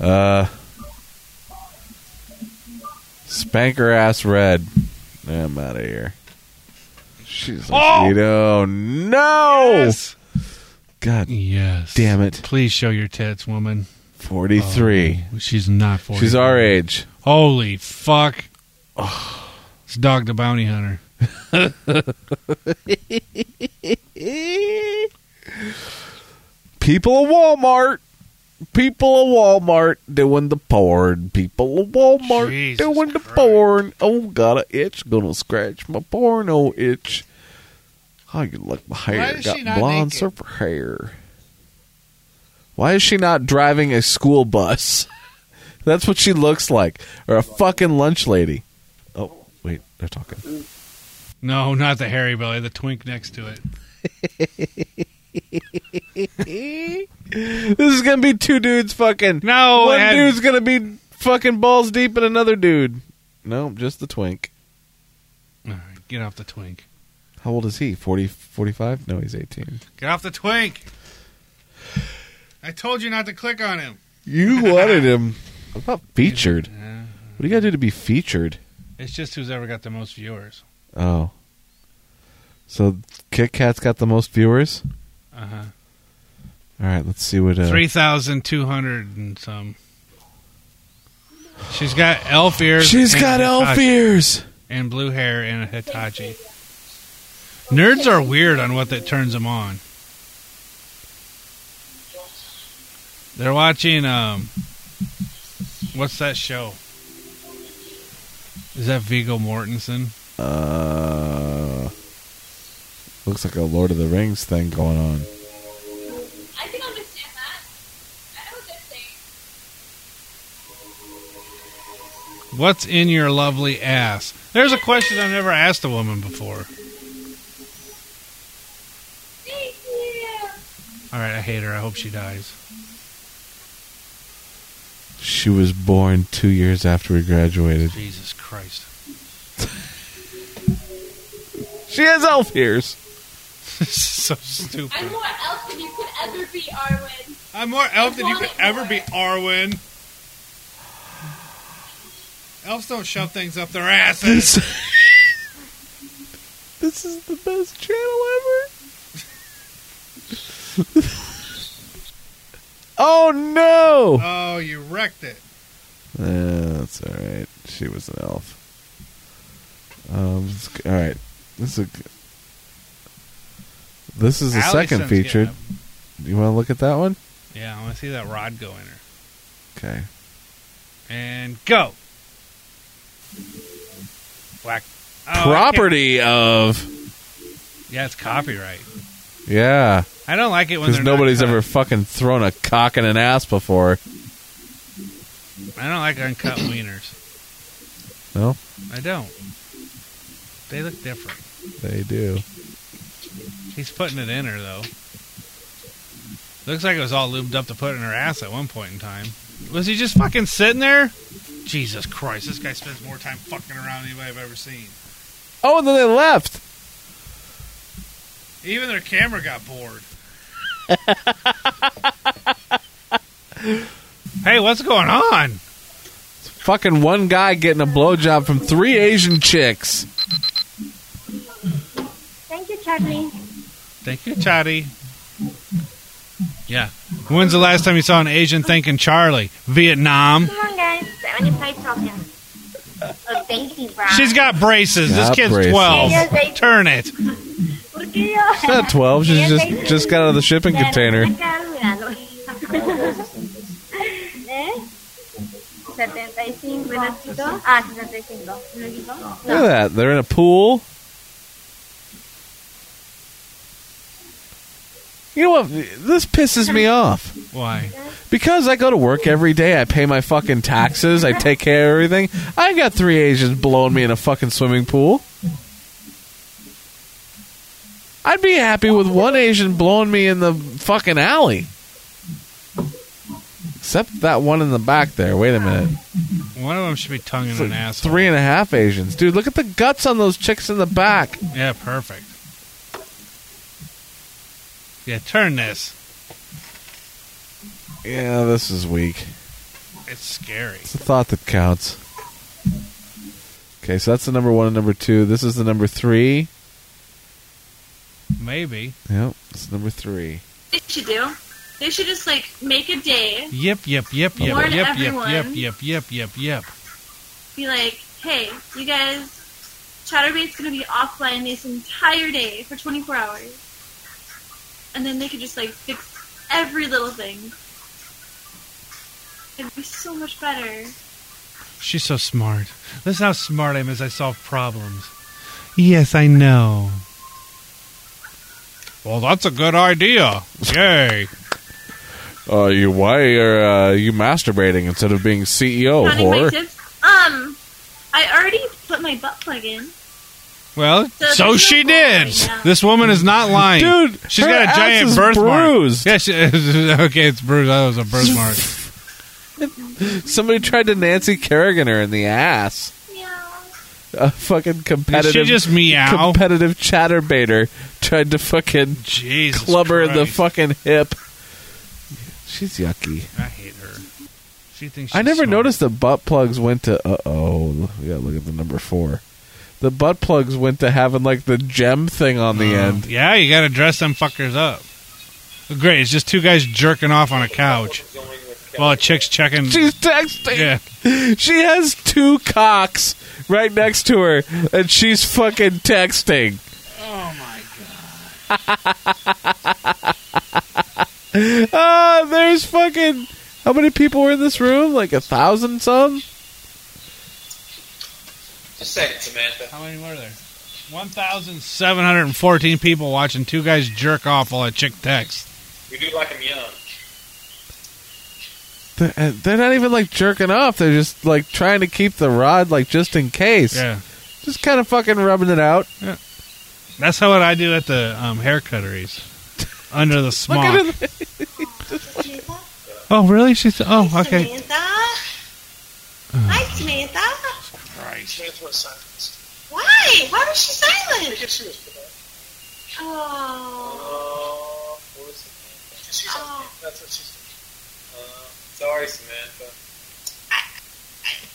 Uh, spank her ass red. I'm out of here. She's like, Oh! you know, no. Yes. God Yes. damn it. Please show your tits, woman. 43. Oh, she's not 40. She's our age. Holy fuck. It's Dog the Bounty Hunter. Eh. People of Walmart. People of Walmart doing the porn. People of Walmart Jesus doing the Christ. porn. Oh, got a itch. Gonna scratch my porno itch. Oh, you like my hair. is Got she not blonde naked? surfer hair. Why is she not driving a school bus? That's what she looks like. Or a fucking lunch lady. Oh, wait. They're talking. No, not the hairy belly, the twink next to it. Eh. This is gonna be two dudes fucking. No, one it had- dude's gonna be fucking balls deep in another dude. No, just the twink. All right, get off the twink. How old is he? 40, 45? No, he's 18. Get off the twink. I told you not to click on him. You wanted him. What about featured? What do you gotta do to be featured? It's just who's ever got the most viewers. Oh. So Kit Kat's got the most viewers? Uh huh. All right, let's see what. Uh, Three thousand two hundred and some. She's got elf ears. She's and got a elf Hitachi- ears! and blue hair and a Hitachi. Nerds are weird on what that turns them on. They're watching um, what's that show? Is that Vigo Mortensen? Uh. Looks like a Lord of the Rings thing going on. I can understand that. I know what they're saying. What's in your lovely ass? There's a question I've never asked a woman before. Thank you. All right, I hate her. I hope she dies. She was born two years after we graduated. Jesus Christ. She has elf ears. this is so I'm stupid. more elf than you could ever be, Arwen. I'm more elf than you could ever be, Arwen. Elves don't shove things up their asses. this is the best channel ever. oh no! Oh, Oh, you wrecked it. Uh, That's all right. She was an elf. Um, it's g- all right. This is a. g- This is the second Allison's getting featured. up. You want to look at that one? Yeah, I want to see that rod go in her. Okay. And go. Whack. Oh, I can't- Property of. Yeah, it's copyright. Yeah, I don't like it when because they're not nobody's cut. ever fucking thrown a cock in an ass before. I don't like uncut wieners. No, I don't. They look different. they do. He's putting it in her though. Looks like it was all lubed up to put in her ass at one point in time. Was he just fucking sitting there? Jesus Christ, this guy spends more time fucking around than anybody I've ever seen. Oh, and then they left. Even their camera got bored. hey, what's going on? Fucking one guy getting a blowjob from three Asian chicks. Thank you, Charlie. Thank you, Charlie. Yeah. When's the last time you saw an Asian thanking Charlie? Vietnam. Come on, guys. I want to play talking. Oh, A baby bra. She's got braces. Got this kid's braces. Yeah, they- 12. Turn it. ¿Por qué yo? She's not twelve. She's Yeah, just they- just got out of the shipping container. ¿Eh? 75. Ah, 75. ¿Lo digo? Look at that. They're in a pool. You know what? This pisses me off. Why? Because I go to work every day, I pay my fucking taxes, I take care of everything. I got three Asians blowing me in a fucking swimming pool. I'd be happy with one Asian blowing me in the fucking alley. Except that one in the back there. Wait a minute. One of them should be tonguing an asshole. Three and a half Asians. Dude, look at the guts on those chicks in the back. Yeah, perfect. Yeah, turn this. Yeah, this is weak. It's scary. It's the thought that counts. Okay, so that's the number one and number two. This is the number three. Maybe. Yep, it's number three. They should do. They should just like make a day, Yep, yep, yep, yep, Warn yep, everyone. yep, yep, yep, yep, yep, be like, "Hey, you guys, Chatterbait's gonna be offline this entire day for 24 hours," and then they could just like fix every little thing. It'd be so much better. She's so smart. Listen how smart I am as I solve problems. Yes, I know. Well, that's a good idea. Yay. Uh, you why are uh, you masturbating instead of being CEO, Counting my whore? tips. Um, I already put my butt plug in. Well, so, So there's she no point did. right now. this woman is not lying. Dude, She's her got a ass giant is birthmark. bruised. Yeah, she, okay, it's bruised. That was a birthmark. Somebody tried to Nancy Kerrigan her in the ass. Meow. Oh, A fucking Did she competitive, just meow? competitive chatterbaiter tried to fucking Jesus club her in the Christ. fucking hip. She's yucky. I hate her. She thinks I she's never smart. noticed the butt plugs went to. Uh oh, yeah. Look at the number four. The butt plugs went to having like the gem thing on the Uh, end. Yeah, you gotta dress them fuckers up. Great, it's just two guys jerking off on a couch while a chick's checking. She's texting. Yeah, She has two cocks right next to her, and she's fucking texting. Oh my god! Ah, there's fucking. How many people were in this room? Like a thousand some. Just say it, Samantha. how many were there? One thousand seven hundred and fourteen people watching two guys jerk off while a chick texts. We do like them young. They're, uh, they're not even like jerking off. They're just like trying to keep the rod, like just in case. Yeah, Just kind of fucking rubbing it out. that's how what I do at the um, hair cutteries under the Look smock. at it. oh, really? She's oh okay. Uh. Samantha. Hi, Samantha. Samantha was silenced. Why? Why was she silent? Because she was put Oh. Oh, Uh, what was Samantha? She's Oh. That's what she's uh, Sorry, Samantha.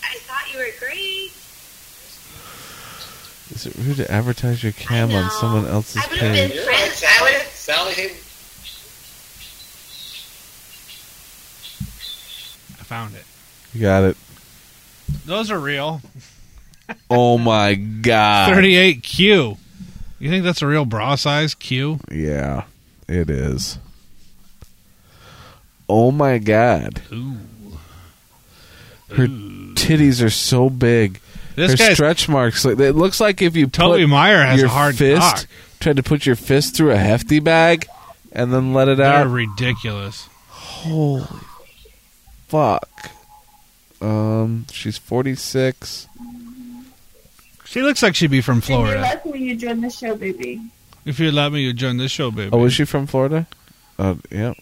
I thought you were great. Is it rude to advertise your cam I on know. someone else's I would have page? been friends. I would have. Sally Hayden. I found it. You got it. Those are real. Oh my god. 38 Q. You think that's a real bra size Q? Yeah, it is. Oh my god. Ooh. Her titties are so big. This Her guy's stretch marks. like- It looks like if you Toby put Meyer has your a hard fist, cock. tried to put your fist through a hefty bag, and then let it They're out. ridiculous. Holy fuck. Um, she's forty six. She looks like she'd be from If you're Florida. lucky, you join the show, baby. If you let me, you'd join this show, baby. Oh, is she from Florida? Uh, yeah.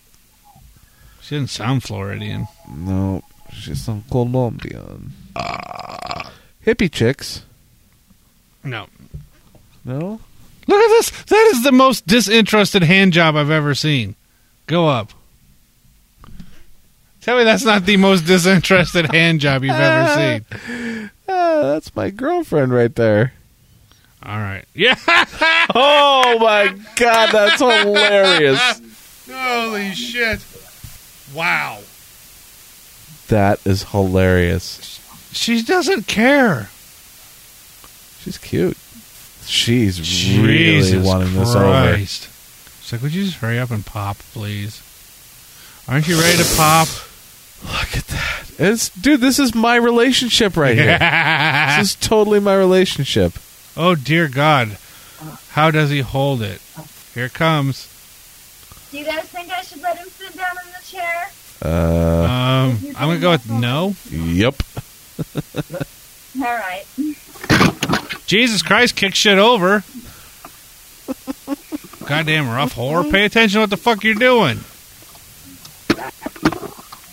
She doesn't sound Floridian. No, she's from Colombian. Ah. Hippie chicks. No. No. Look at this. That is the most disinterested hand job I've ever seen. Go up. Tell me that's not the most disinterested hand job you've ever seen. Ah, that's my girlfriend right there. All right. Yeah. Oh my god, that's hilarious. Holy shit. Wow. That is hilarious. She doesn't care. She's cute. She's really wanting this over. this over. She's like, would you just hurry up and pop, please? Aren't you ready to pop? Look at that. It's dude, this is my relationship right here. Yeah. This is totally my relationship. Oh dear God. How does he hold it? Here it comes. Do you guys think I should let him sit down in the chair? Uh Um, I'm gonna go with no. yep. All right. Jesus Christ, kick shit over. Goddamn rough whore. Pay attention to what the fuck you're doing.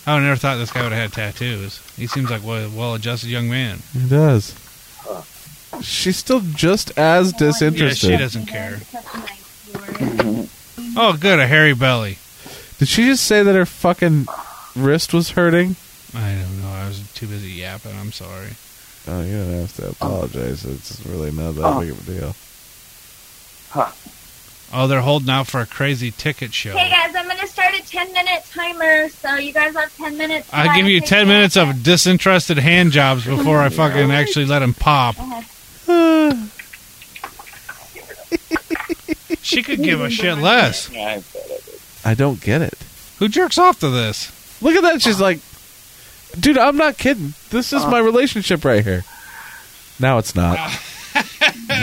I never thought this guy would have had tattoos. He seems like a well adjusted young man. It does. She's still just as Yeah, disinterested. she doesn't care. Oh, good, a hairy belly. Did she just say that her fucking wrist was hurting? I don't know. I was too busy yapping. I'm sorry. Oh, you don't have to apologize. It's really not that big of a deal. Oh, they're holding out for a crazy ticket show. Hey guys, I'm gonna start a 10 minute timer, so you guys have 10 minutes. I give you ten minutes of disinterested hand jobs before I fucking actually let him pop. she could give a shit less. Yeah, I thought of it. I don't get it. Who jerks off to this? Look at that. She's like, dude, I'm not kidding. This is my relationship right here. Now it's not.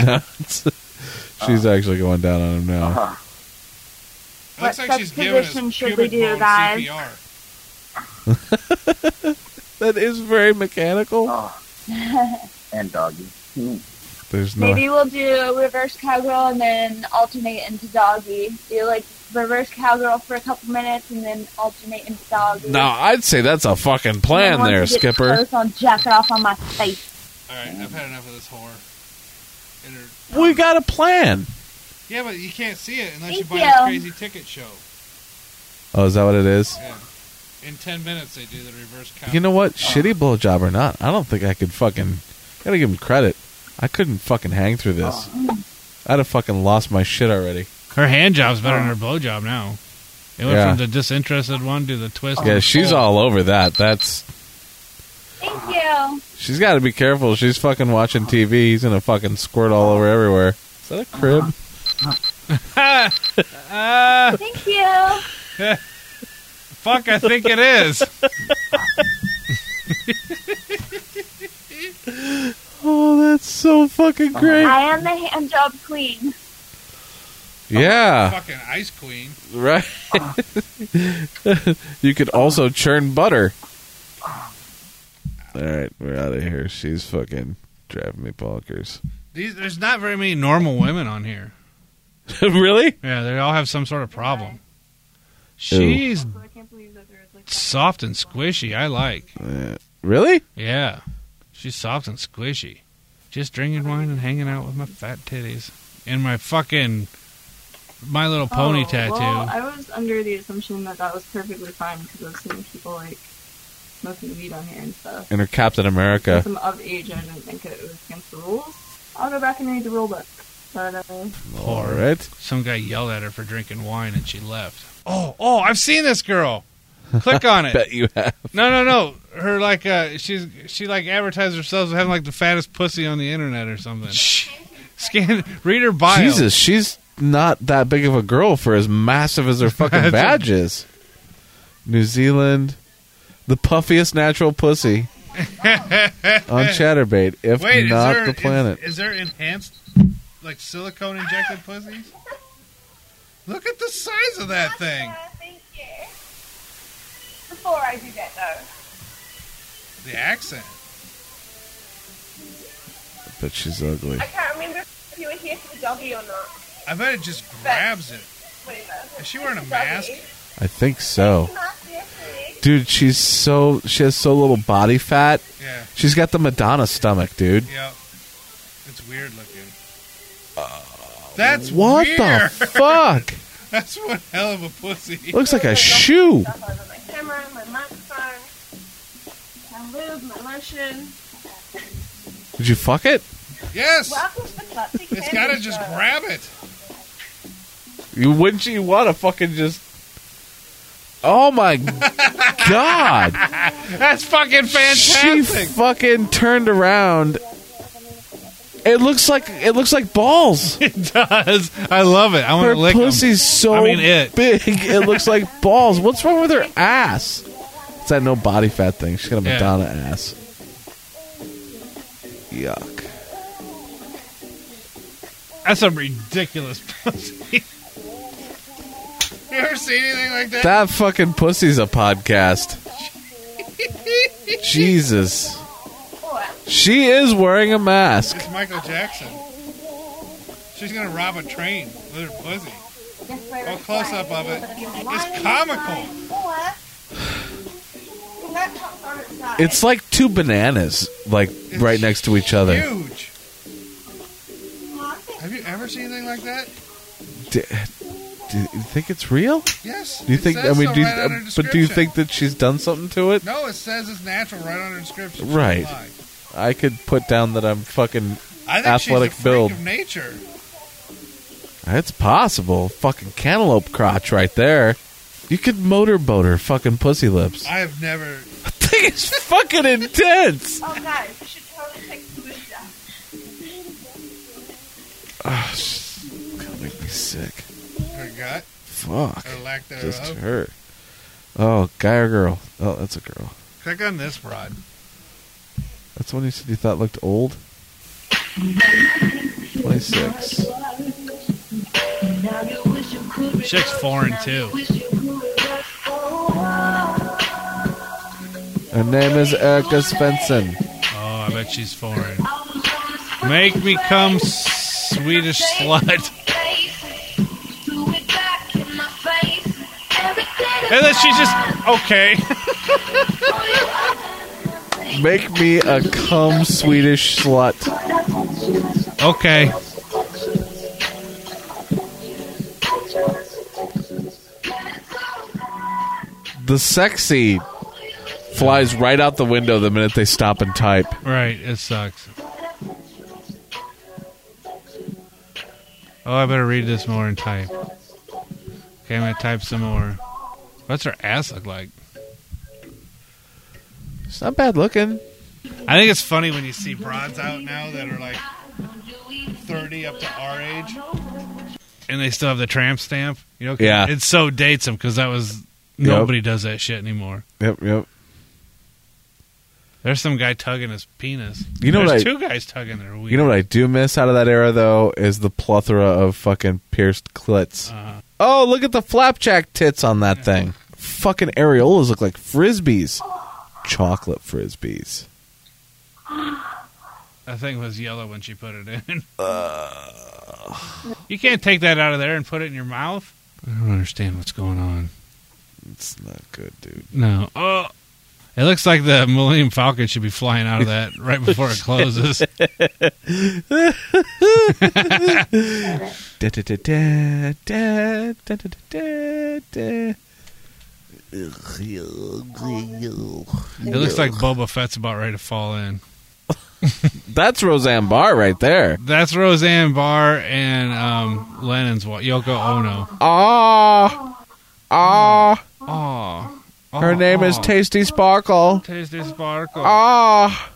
no, it's- she's actually going down on him now. Looks like she's giving us subposition should we pubic do, bone guys? That is very mechanical. and doggy. There's no. Maybe we'll do reverse cowgirl and then alternate into doggy. Do like reverse cowgirl for a couple minutes and then alternate into doggy. No, I'd say that's a fucking plan Once there, you get Skipper. Close, I'll jack it off on my face. All right, I've had enough of this whore. And her- We got a plan. Yeah, but you can't see it unless Thank you buy this crazy you. ticket show. Oh, is that what it is? In ten minutes, they do the reverse count. You know what? Shitty blowjob or not, I don't think I could fucking. Gotta give him credit. I couldn't fucking hang through this. I'd have fucking lost my shit already. her hand job's better than her blow job now. It went Yeah. from the disinterested one to the twist. Yeah, she's all over that. That's Thank you. she's got to be careful. She's fucking watching TV. He's gonna fucking squirt all over everywhere. Is that a crib? Ah, Thank you. Fuck, I think it is. Oh, that's so fucking great. I am the hand job queen. Yeah, Fucking ice queen. right. you could also churn butter. All right, we're out of here. She's fucking driving me bonkers. These, there's not very many normal women on here. really? Yeah, they all have some sort of problem. She's soft and squishy. I like. Uh, really? Yeah, she's soft and squishy. Just drinking wine and hanging out with my fat titties and my fucking My Little Pony Oh, tattoo. Well, I was under the assumption that that was perfectly fine because I've seen people like smoking weed on here and stuff. And her Captain America. Since I'm of age, I didn't think it was against the rules. I'll go back and read the rule book. But uh, All right. Some guy yelled at her for drinking wine and she left. Oh, oh, I've seen this girl. Click on it. Bet you have. No, no, no. Her like uh, she's she like advertises herself as having like the fattest pussy on the internet or something. Scan, read her bio. Jesus, she's not that big of a girl for as massive as her fucking Imagine. badge is. New Zealand, the puffiest natural pussy on Chatterbait, if Wait, not is there, the planet. Is, is there enhanced like silicone injected pussies? Look at the size of that thing. Thank you. Before I do that, though, The accent. but she's ugly. I can't remember if you were here for the doggy or not. I bet it just grabs it. Whatever. Is she wearing a mask? I think so. Mask, yes, Dude, she's so she has so little body fat. Yeah, She's got the Madonna stomach, dude. yeah. It's weird looking. That's What weird. the fuck? That's one hell of a pussy. Looks like a shoe. Stuff over my camera, my microphone, my lube, my lotion. Did you fuck it? Yes, Welcome to the Clutzy it's gotta just grab it. You wouldn't you want to fucking just? Oh my god! That's fucking She fantastic. fucking turned around. It looks like it looks like balls. it does. I love it. I want Her to lick 'em. pussy's so I mean, it. big. It looks like balls. What's wrong with her ass? It's that no body fat thing. She's got a Yeah. Madonna ass. Yuck. That's a ridiculous pussy. you ever see anything like that? That fucking pussy's a podcast. Jesus. She is wearing a mask. It's Michael Jackson. She's gonna rob a train with her pussy. Oh, close up of it. It's comical. It's like two bananas, like right next to each other. Huge. Have you ever seen anything like that? Do, do you think it's real? Yes. Do you it think? I says mean, so do you, uh, right on her but do you think description. that she's done something to it? No, it says it's natural right on her description. She's Right. lying. I could put down that I'm fucking. I think Athletic she's a freak build. of nature. It's possible. Fucking cantaloupe crotch right there. You could motorboat her fucking pussy lips. I have never. That thing is fucking intense. Oh, guys, we should totally take the boost down. Oh, she's gonna make me sick. Her gut, Fuck. or lack thereof. Just her. Oh, guy or girl? Oh, that's a girl. Click on this rod. That's the one you said you thought looked old? 26. Chick's foreign too. Her name is Erica Svensson. Oh, I bet she's foreign. Make me come, Swedish slut. And then she just okay. Make me a cum Swedish slut. Okay. The sexy flies right out the window the minute they stop and type. Right, it sucks. Oh, I better read this more and type. Okay, I'm gonna type some more. What's her ass look like? It's not bad looking. I think it's funny when you see broads out now that are like 30 up to our age. And they still have the tramp stamp. You know, 'cause Yeah. It so dates them because that was. Nobody does that shit anymore. Yep, yep. There's some guy tugging his penis. You know There's what I- two guys tugging their weed. You know what I do miss out of that era though is the plethora of fucking pierced clits. Uh-huh. Oh, look at the flapjack tits on that thing. Fucking areolas look like frisbees. Chocolate frisbees. That thing was yellow when she put it in. you can't take that out of there and put it in your mouth. I don't understand what's going on. It's not good, dude. No. Oh. It looks like the Millennium Falcon should be flying out of that right before it closes. Da, da, da, da, da, da, da, da, da. It looks like Boba Fett's about ready to fall in. That's Roseanne Barr right there. That's Roseanne Barr and um, Lennon's wa Yoko Ono. Ah, ah, Oh, oh, Her name is Tasty Sparkle. Tasty Sparkle. Ah,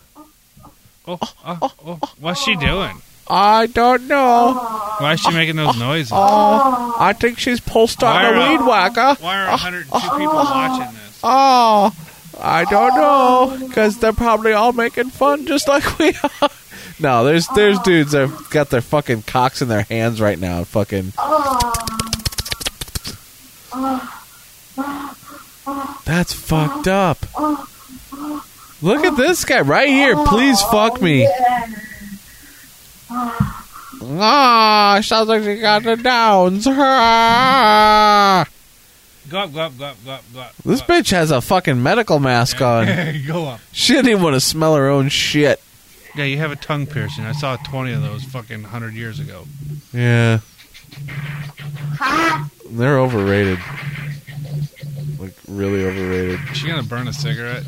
Oh, oh, oh. What's she doing? I don't know. Why is she making those noises? Oh, I think she's pulsed on the Lyra. weed whacker. Why are 102 people watching this? Oh, I don't know, because they're probably all making fun just like we are. No, there's there's dudes that have got their fucking cocks in their hands right now. Fucking. That's fucked up. Look at this guy right here. Please fuck me. Ah, sounds like she got the downs. Ah. Go up, go up, go up, go up, go up. This go up. bitch has a fucking medical mask on. go up. She didn't even want to smell her own shit. Yeah, you have a tongue piercing. I saw 20 of those fucking 100 years ago. Yeah. They're overrated. Like, really overrated. Is she gonna burn a cigarette?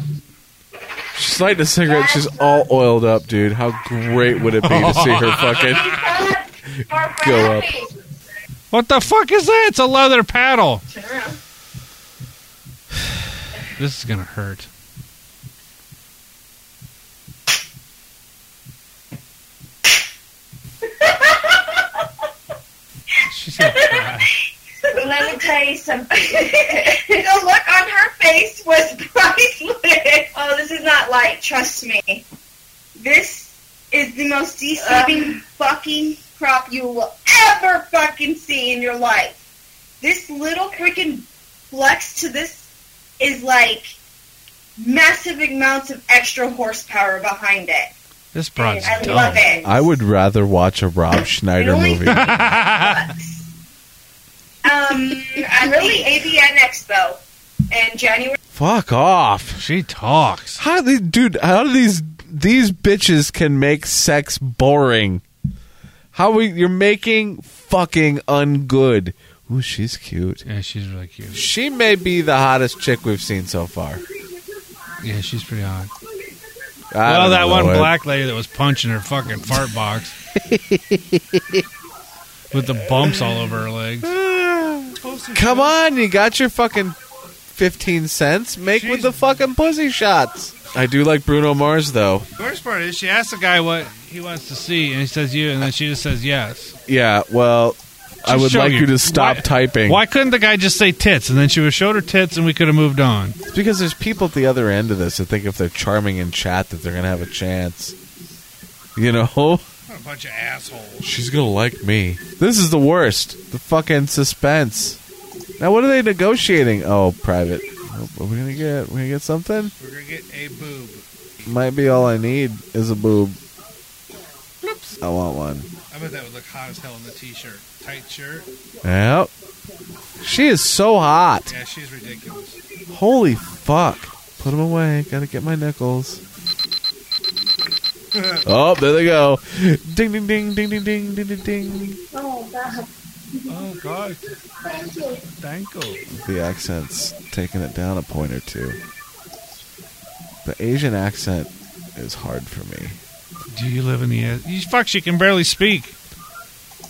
She's lighting a cigarette. She's all oiled up, dude. How great would it be to see her fucking go up? What the fuck is that? It's a leather paddle. This is gonna hurt. She's gonna cry. Let me tell you something. the look on her face was priceless. Oh, this is not light. Trust me. This is the most deceiving fucking crop you will ever fucking see in your life. This little freaking flex to this is like massive amounts of extra horsepower behind it. This broad's I dumb. love it. I would rather watch a Rob Schneider Really? movie. Ah. Um, I'm really ABN Expo in January. Fuck off. She talks. How the dude? How do these these bitches can make sex boring? How we, you're making fucking ungood? Ooh, she's cute. Yeah, she's really cute. She may be the hottest chick we've seen so far. Yeah, she's pretty hot. I Well, don't that know, one Ed. black lady that was punching her fucking fart box with the bumps all over her legs. Ah, Come on, you got your fucking fifteen cents. Make with the fucking pussy shots. I do like Bruno Mars though. Worst part is she asked the guy what he wants to see, and he says you, and then she just says yes. Yeah, well, I Just would show like you. you to stop Why- typing. Why couldn't the guy just say tits, and then she would have showed her tits, and we could have moved on? It's because there's people at the other end of this that think if they're charming in chat that they're gonna have a chance. You know, What a bunch of assholes! she's gonna like me. This is the worst. The fucking suspense. Now, what are they negotiating? Oh, private. What are we gonna get? We gonna get something? We're gonna get a boob. Might be all I need is a boob. I want one. I bet that would look hot as hell in the t-shirt, tight shirt. Yep. She is so hot. Yeah, she's ridiculous. Holy fuck. Put them away. Gotta get my nickels. oh, there they go. Ding, ding, ding, ding, ding, ding, ding, ding, ding. Oh God! Thank you. The accent's taking it down a point or two. The Asian accent is hard for me. Do you live in the? ass- You fuck. She can barely speak.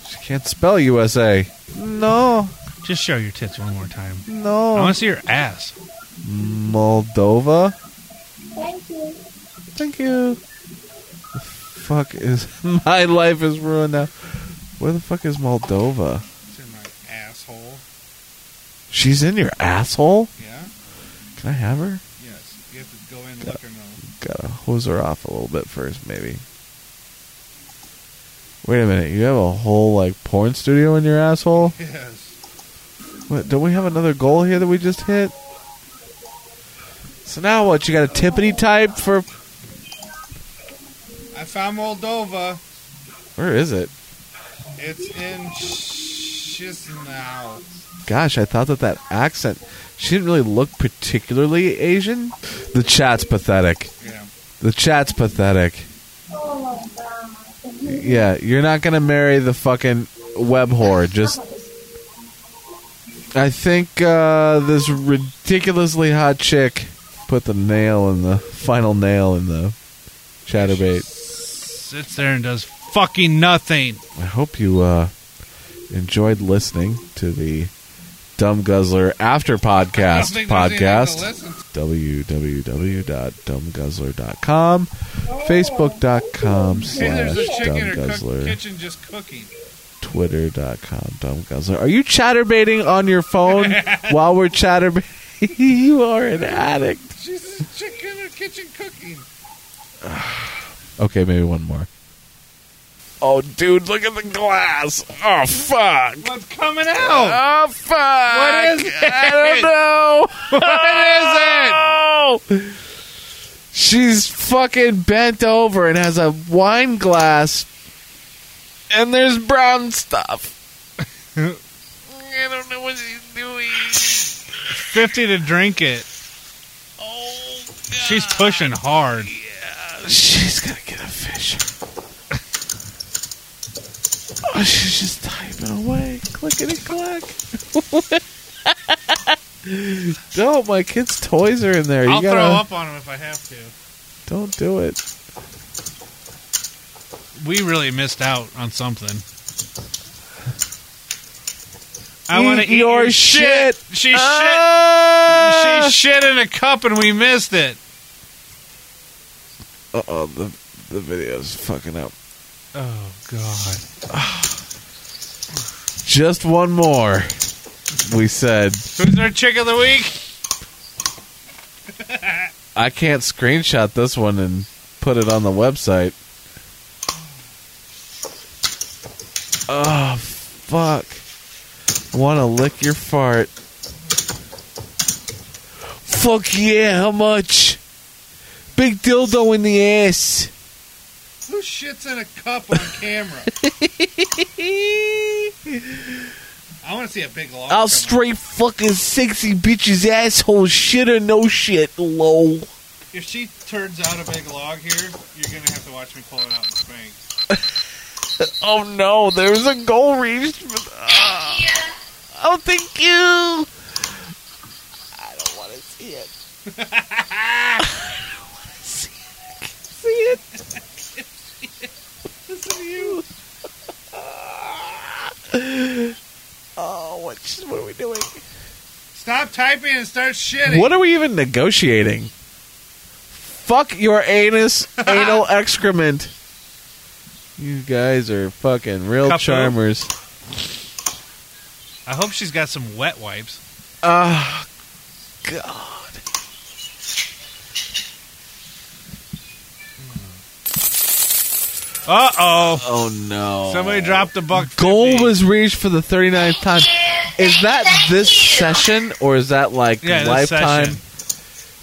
She can't spell USA. No, Just show your tits one more time. I no. want to see your ass. Moldova? Thank you. Thank you. The fuck is. My life is ruined now. Where the fuck is Moldova? It's in my asshole. She's in your asshole? Yeah. Can I have her? Yes. You have to go in and look or no. Gotta hose her off a little bit first, maybe. Wait a minute, you have a whole like porn studio in your asshole? Yes. What, don't we have another goal here that we just hit? So now what? You got a tippity type for I found Moldova. where is it? It's in Chisinau. Gosh, I thought that that accent. She didn't really look particularly Asian. The chat's pathetic. Yeah. The chat's pathetic. Oh, Yeah, you're not gonna marry the fucking web whore. Just, I think uh, this ridiculously hot chick put the nail in the final nail in the chatterbait. Sits there and does fucking nothing. I hope you uh, enjoyed listening to the Dumb Guzzler After Podcast think there's podcast. anything www.dumbguzzler.com, facebook.com slash Oh. There's a chicken or cook, dumbguzzler, kitchen just cooking. twitter.com dumbguzzler. Are you chatterbaiting on your phone while we're chatterbaiting? you are an addict. She's a chicken or kitchen cooking. Okay, maybe one more. Oh, dude, look at the glass. Oh, fuck. What's coming Oh, out? fuck. What is it? I don't know. What is it? She's fucking bent over and has a wine glass, and there's brown stuff. I don't know what she's doing. 50 to drink it. Oh, She's pushing hard. She's gonna get a fish. Oh, she's just typing away. Clickety clack. No, my kid's toys are in there. I'll you gotta, throw up on him if I have to. Don't do it. We really missed out on something. I want to eat your your shit. shit. She shit. Ah! She shit in a cup and we missed it. Uh oh, the the video's fucking up. Oh God. Just one more. We said Who's our chick of the week? I can't screenshot this one and put it on the website. Oh fuck! Want to lick your fart? Fuck yeah! How much? Big dildo in the ass. Who shits in a cup on camera? I want to see a big log. I'll straight fucking sexy bitches asshole shit or no shit, lol. If she turns out a big log here, you're gonna have to watch me pull it out and spank. Oh no, there's a goal reached. Ah. Oh, thank you. I don't want to see it. I don't want to see it. I can't see it. Oh, what, what are we doing? Stop typing and start shitting. What are we even negotiating? Fuck your anus, anal excrement. You guys are fucking real Couple. charmers. I hope she's got some wet wipes. Ah, God. Uh oh. Oh no. Somebody dropped a buck. Goal 50. was reached for the 39th time. Is that this session or is that like Yeah, this lifetime? session.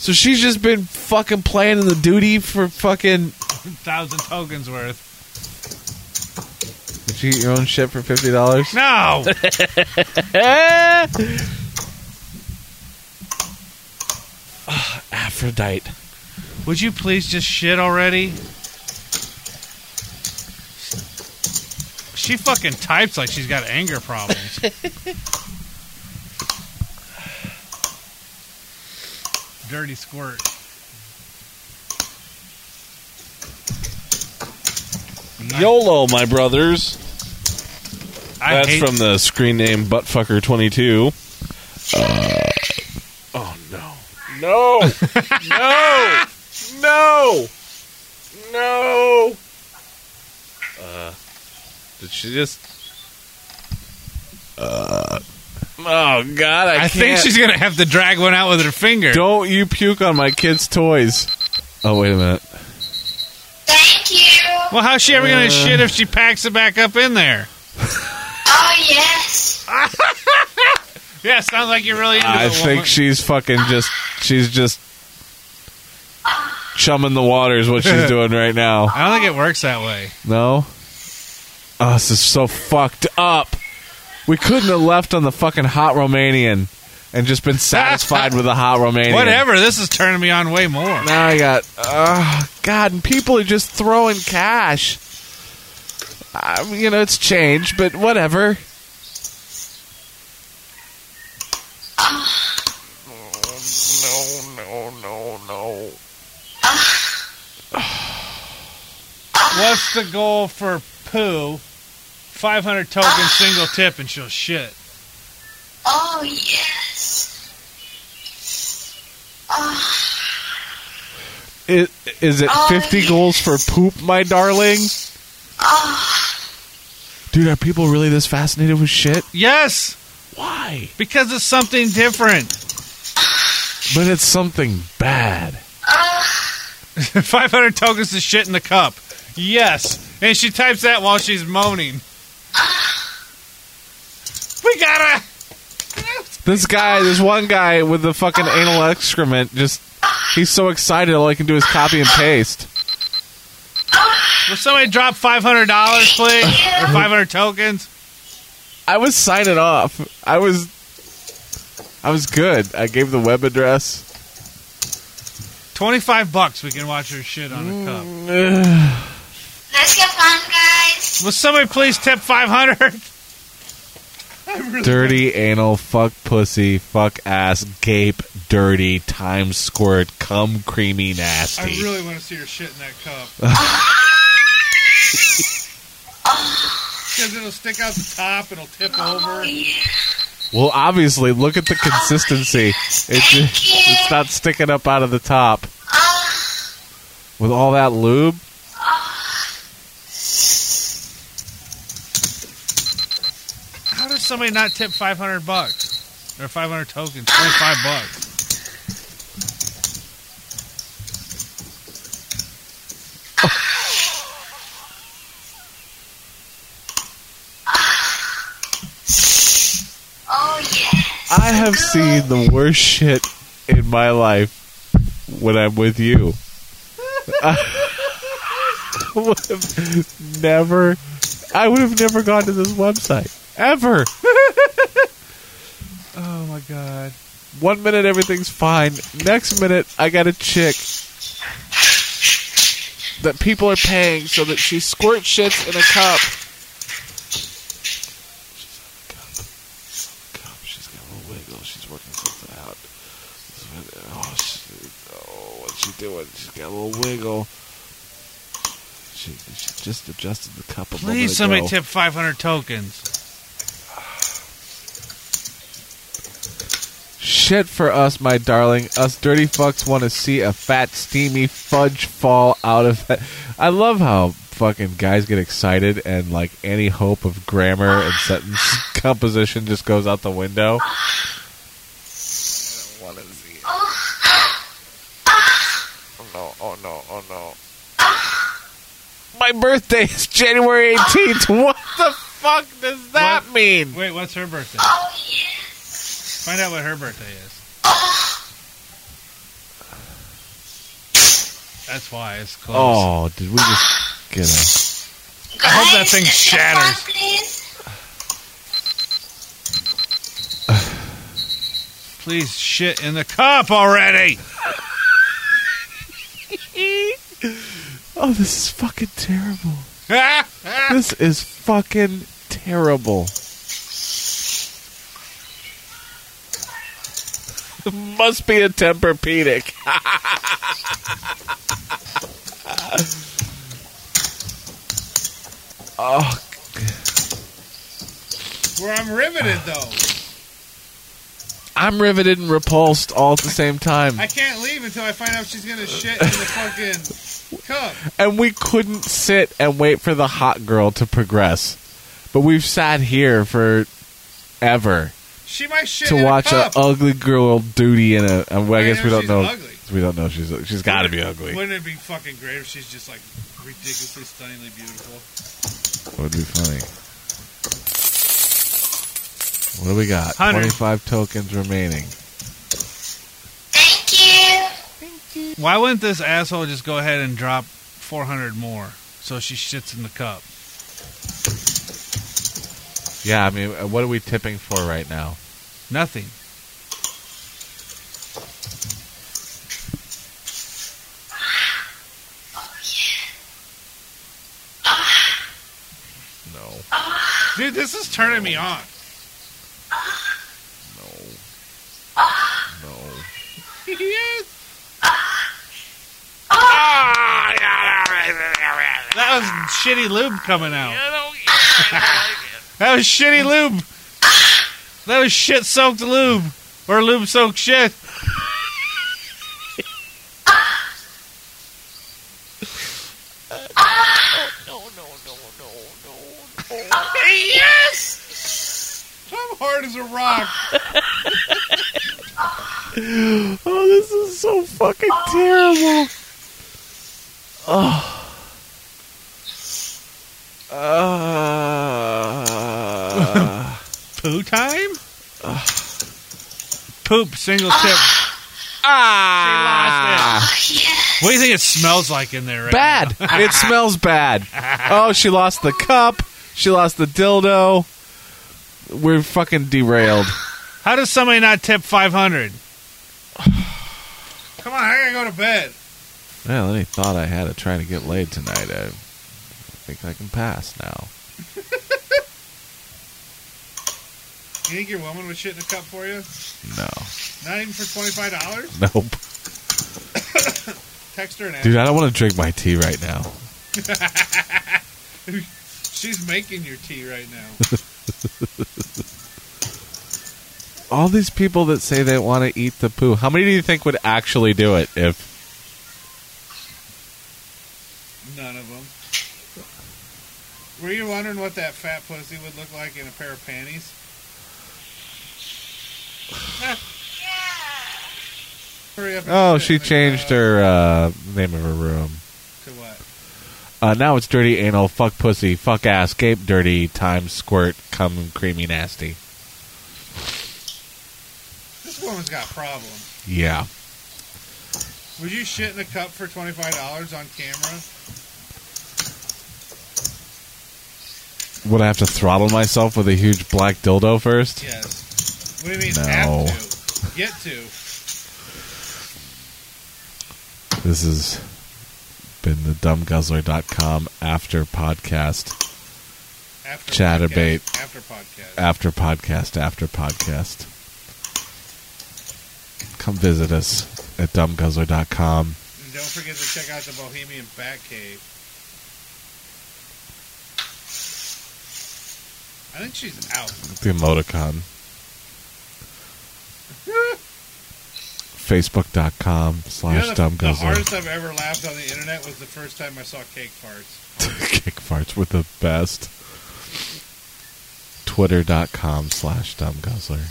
So she's just been fucking playing in the duty for fucking. thousand tokens worth. Did you get your own shit for fifty dollars? No. Aphrodite. Would you please just shit already? She fucking types like she's got anger problems. Dirty squirt. YOLO, my brothers. I That's hate from the screen name Buttfucker22. oh, no. No! no! No! No! Uh, did she just. Uh, oh, God, I, I can't. think she's gonna have to drag one out with her finger. Don't you puke on my kids' toys. Oh, wait a minute. Thank you. Well, how's she ever Uh. gonna shit if she packs it back up in there? Oh, yes. Yeah, sounds like you're really into I it, think woman. she's fucking just. She's just. Chumming the waters, what she's doing right now. I don't think it works that way. No. Oh, this is so fucked up. We couldn't have left on the fucking hot Romanian and just been satisfied with the hot Romanian. Whatever. This is turning me on way more. Now I got. Oh God! And people are just throwing cash. Um, you know it's changed, but whatever. What's the goal for poo? 500 token single tip and she'll shit. Oh, Oh, yes. Ah, Is, is it 50 goals for poop, my darling? ah. Dude, are people really this fascinated with shit? Yes! Why? Because it's something different. But it's something bad. 500 tokens to shit in the cup. Yes. And she types that while she's moaning. We gotta. This guy, there's one guy with the fucking anal excrement, just, he's so excited, all I can do is copy and paste. Will somebody drop $500, please? Or 500 tokens? I was signing off. I was, I was good. I gave the web address. 25 bucks we can watch her shit on a cup. Let's get fun, guys. Will somebody please tip 500? Dirty anal, fuck pussy, fuck ass, gape, dirty, time squirt, cum creamy I nasty. really want to see her shit in that cup. Because it'll stick out the top, it'll tip over. well, obviously, look at the consistency. It's it's not sticking up out of the top. With all that lube, How does somebody not tip 500 bucks? Or 500 tokens, 25 bucks. Oh, yes. I have seen the worst shit in my life when I'm with you. I would have never, I would have never gone to this website ever. Oh my god. One minute everything's fine. Next minute I got a chick that people are paying so that she squirt shits in a cup. She's on a cup. Cup. She's got a little wiggle. She's working something out. This is what- Oh, she, oh, what's she doing? She's got a little wiggle. She, she just adjusted the cup a moment Please, somebody ago. tip 500 tokens. Shit for us, my darling. Us dirty fucks want to see a fat, steamy fudge fall out of that. I love how fucking guys get excited and like any hope of grammar and sentence composition just goes out the window. Oh no, oh no, oh no. My birthday is January 18th. What the fuck does that What? mean? Wait, what's her birthday? Oh, yes. Find out what her birthday is. That's why it's close. Oh, did we just get a. I hope that thing shatters. Please. Please shit in the cup already. Oh, this is fucking terrible. Ah, ah. This is fucking terrible. Must be a temperpedic. oh, Where I'm riveted though. I'm riveted and repulsed all at the same time. I can't leave until I find out she's gonna shit in the fucking cup. And we couldn't sit and wait for the hot girl to progress. But we've sat here for ever She might shit in to watch a an cup. ugly girl duty in a. I, I guess know we don't she's know. ugly. We don't know she's she's got to be ugly. Wouldn't it be fucking great if she's just like ridiculously stunningly beautiful? would be funny. What do we got? Hundred. 25 tokens remaining. Thank you. Why wouldn't this asshole just go ahead and drop 400 more so she shits in the cup? Yeah, I mean, uh, what are we tipping for right now? Nothing. No. Dude, this is turning me on. No. yes. That was shitty lube coming out. that was shitty lube. That was shit soaked lube. Or lube soaked shit. yes! I'm hard as a rock. oh, this is so fucking terrible. Oh. Uh, Poo time? Poop, single tip. Ah! She lost it. What do you think it smells like in there right bad. now? it smells bad. Oh, she lost the cup. She lost the dildo. We're fucking derailed. How does somebody not tip 500? Come on, I gotta go to bed. Well, any thought I had of trying to get laid tonight, I think I can pass now. You think your woman was shit in a cup for you? No. Not even for $25? Nope. Text her and ask. Dude, I don't want to drink my tea right now. She's making your tea right now. All these people that say they want to eat the poo, how many do you think would actually do it if None of them. Were you wondering what that fat pussy would look like in a pair of panties? Hurry up. and Oh, sit she in the changed car. her uh, name of her room. To what? Uh, now it's dirty anal, fuck pussy, fuck ass, gape dirty, time squirt, cum creamy nasty. This woman's got problems. Yeah. Would you shit in a cup for twenty-five dollars on camera? Would I have to throttle myself with a huge black dildo first? Yes. What do you mean No. have to? Get to. This has been the dumbguzzler.com after podcast, After Chatterbait. podcast, After after podcast. podcast, after podcast. Come visit us at dumbguzzler.com. And don't forget to check out the Bohemian Batcave. I think she's out. The emoticon. Facebook.com You slash know, the, the dumbguzzler. hardest I've ever laughed on the internet was the first time I saw cake farts. Kick farts were the best. Twitter.com slash dumbguzzler.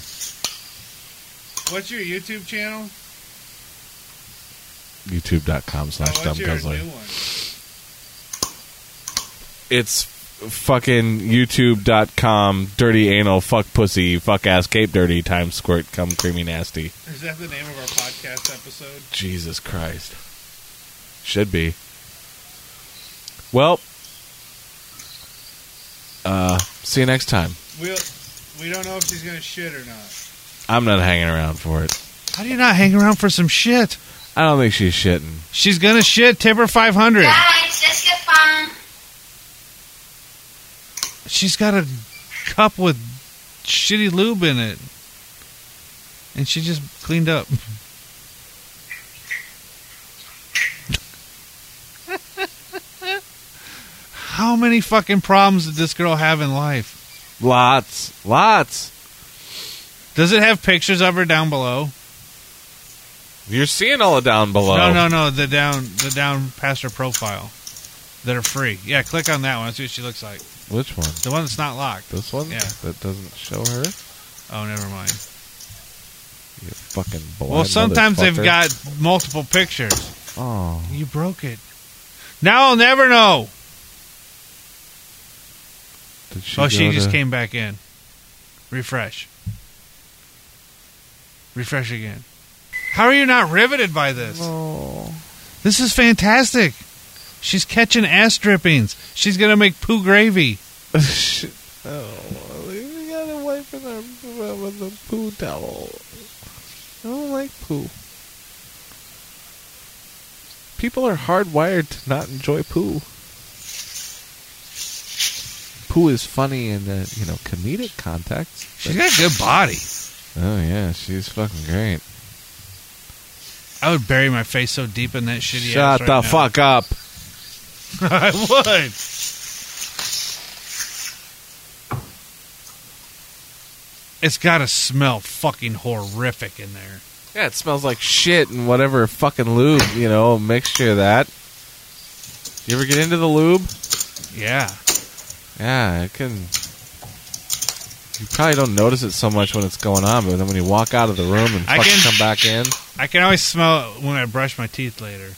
What's your YouTube channel? YouTube.com Oh, slash what's your dumbguzzler. new one? it's fucking youtube.com dirty anal fuck pussy fuck ass cape dirty time squirt cum creamy nasty Is that the name of our podcast episode? jesus christ should be well uh see you next time We'll, we don't know if she's going to shit or not. i'm not hanging around for it How do you not hang around for some shit? i don't think she's shitting She's going to shit. Tip her 500. Guys, let's get fun. She's got a cup with shitty lube in it. And she just cleaned up. How many fucking problems did this girl have in life? lots lots Does it have pictures of her down below? you're seeing all the down below No, no, no. The down, the down past her profile that are free. Yeah, click on that one. See what she looks like. which one The one that's not locked. this one Yeah. that doesn't show her Oh, never mind. you fucking blind Well, sometimes they've motherfucker. got multiple pictures. oh You broke it. Now I'll never know. Did she oh, she go just to- came back in. Refresh. Refresh again. How are you not riveted by this? This is fantastic. She's catching ass drippings. She's gonna make poo gravy. Shit. oh, we gotta wipe it up with a poo towel. I don't like poo. People are hardwired to not enjoy poo. Poo is funny in the you know comedic context. She's got a good body. Oh yeah, she's fucking great. I would bury my face so deep in that shitty ass. Shut right the now. fuck up. I would. It's got to smell fucking horrific in there. Yeah, it smells like shit and whatever fucking lube, you know, mixture of that. You ever get into the lube? Yeah. Yeah, it can. You probably don't notice it so much when it's going on, but then when you walk out of the room and I fucking can- come back in, I can always smell it when I brush my teeth later,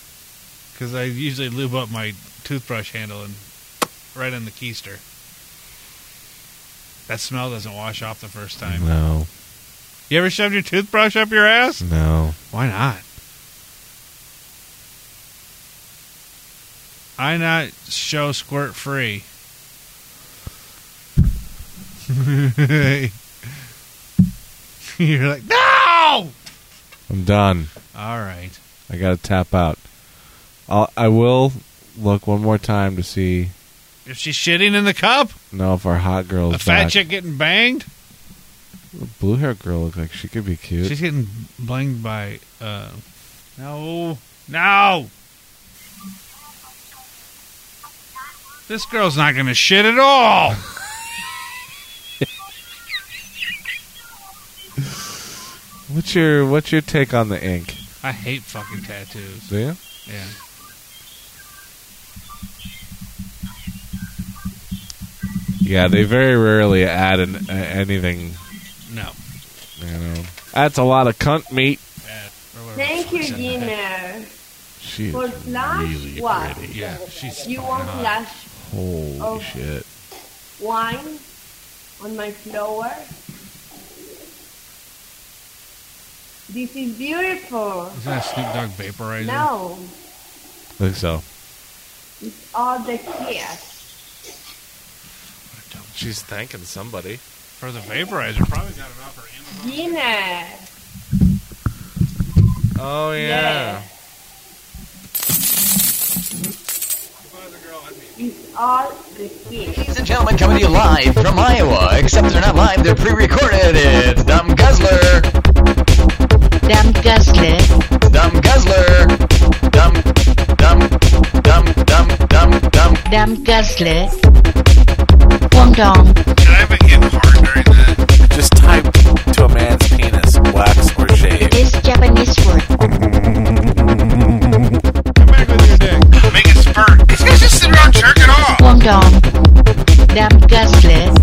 because I usually lube up my toothbrush handle and right in the keister. That smell doesn't wash off the first time. no, You ever shoved your toothbrush up your ass? no, Why not? I not show squirt free. You're like, no! I'm done. All right. I gotta tap out. I'll, I will look one more time to see If she's shitting in the cup, know if our hot girl's a fat back. chick getting banged, Blue hair girl looks like she could be cute. she's getting blinged by. Uh, no, no. This girl's not gonna shit at all. what's your What's your take on the ink? I hate fucking tattoos. Do you? Yeah. Yeah, they very rarely add an, uh, anything. No. Uh, You know, that's a lot of cunt meat. Thank you, Gina. She For is flash really what? pretty. Yeah, she's Uh, You want Uh-huh. flash Holy Oh. shit! wine on my flower? This is beautiful. Isn't that Snoop Dogg vaporizer? No, I think so. it's all the kiss. She's thanking somebody for the vaporizer. Probably got it off her. Gina. Oh yeah. It's all the kiss. Ladies and gentlemen, coming to you live from Iowa. Except they're not live, they're pre-recorded. It's Dumb Guzzler. Dumb Guzzler. Dumb Guzzler. Dumb, dumb, dumb, dumb, dumb, dumb. Dumb Guzzler. Dum dum. Just type to a man's penis, wax or shave. This Japanese word. Make it spurt. It's just sit around jerking off. Dum dum. Dum guzzler.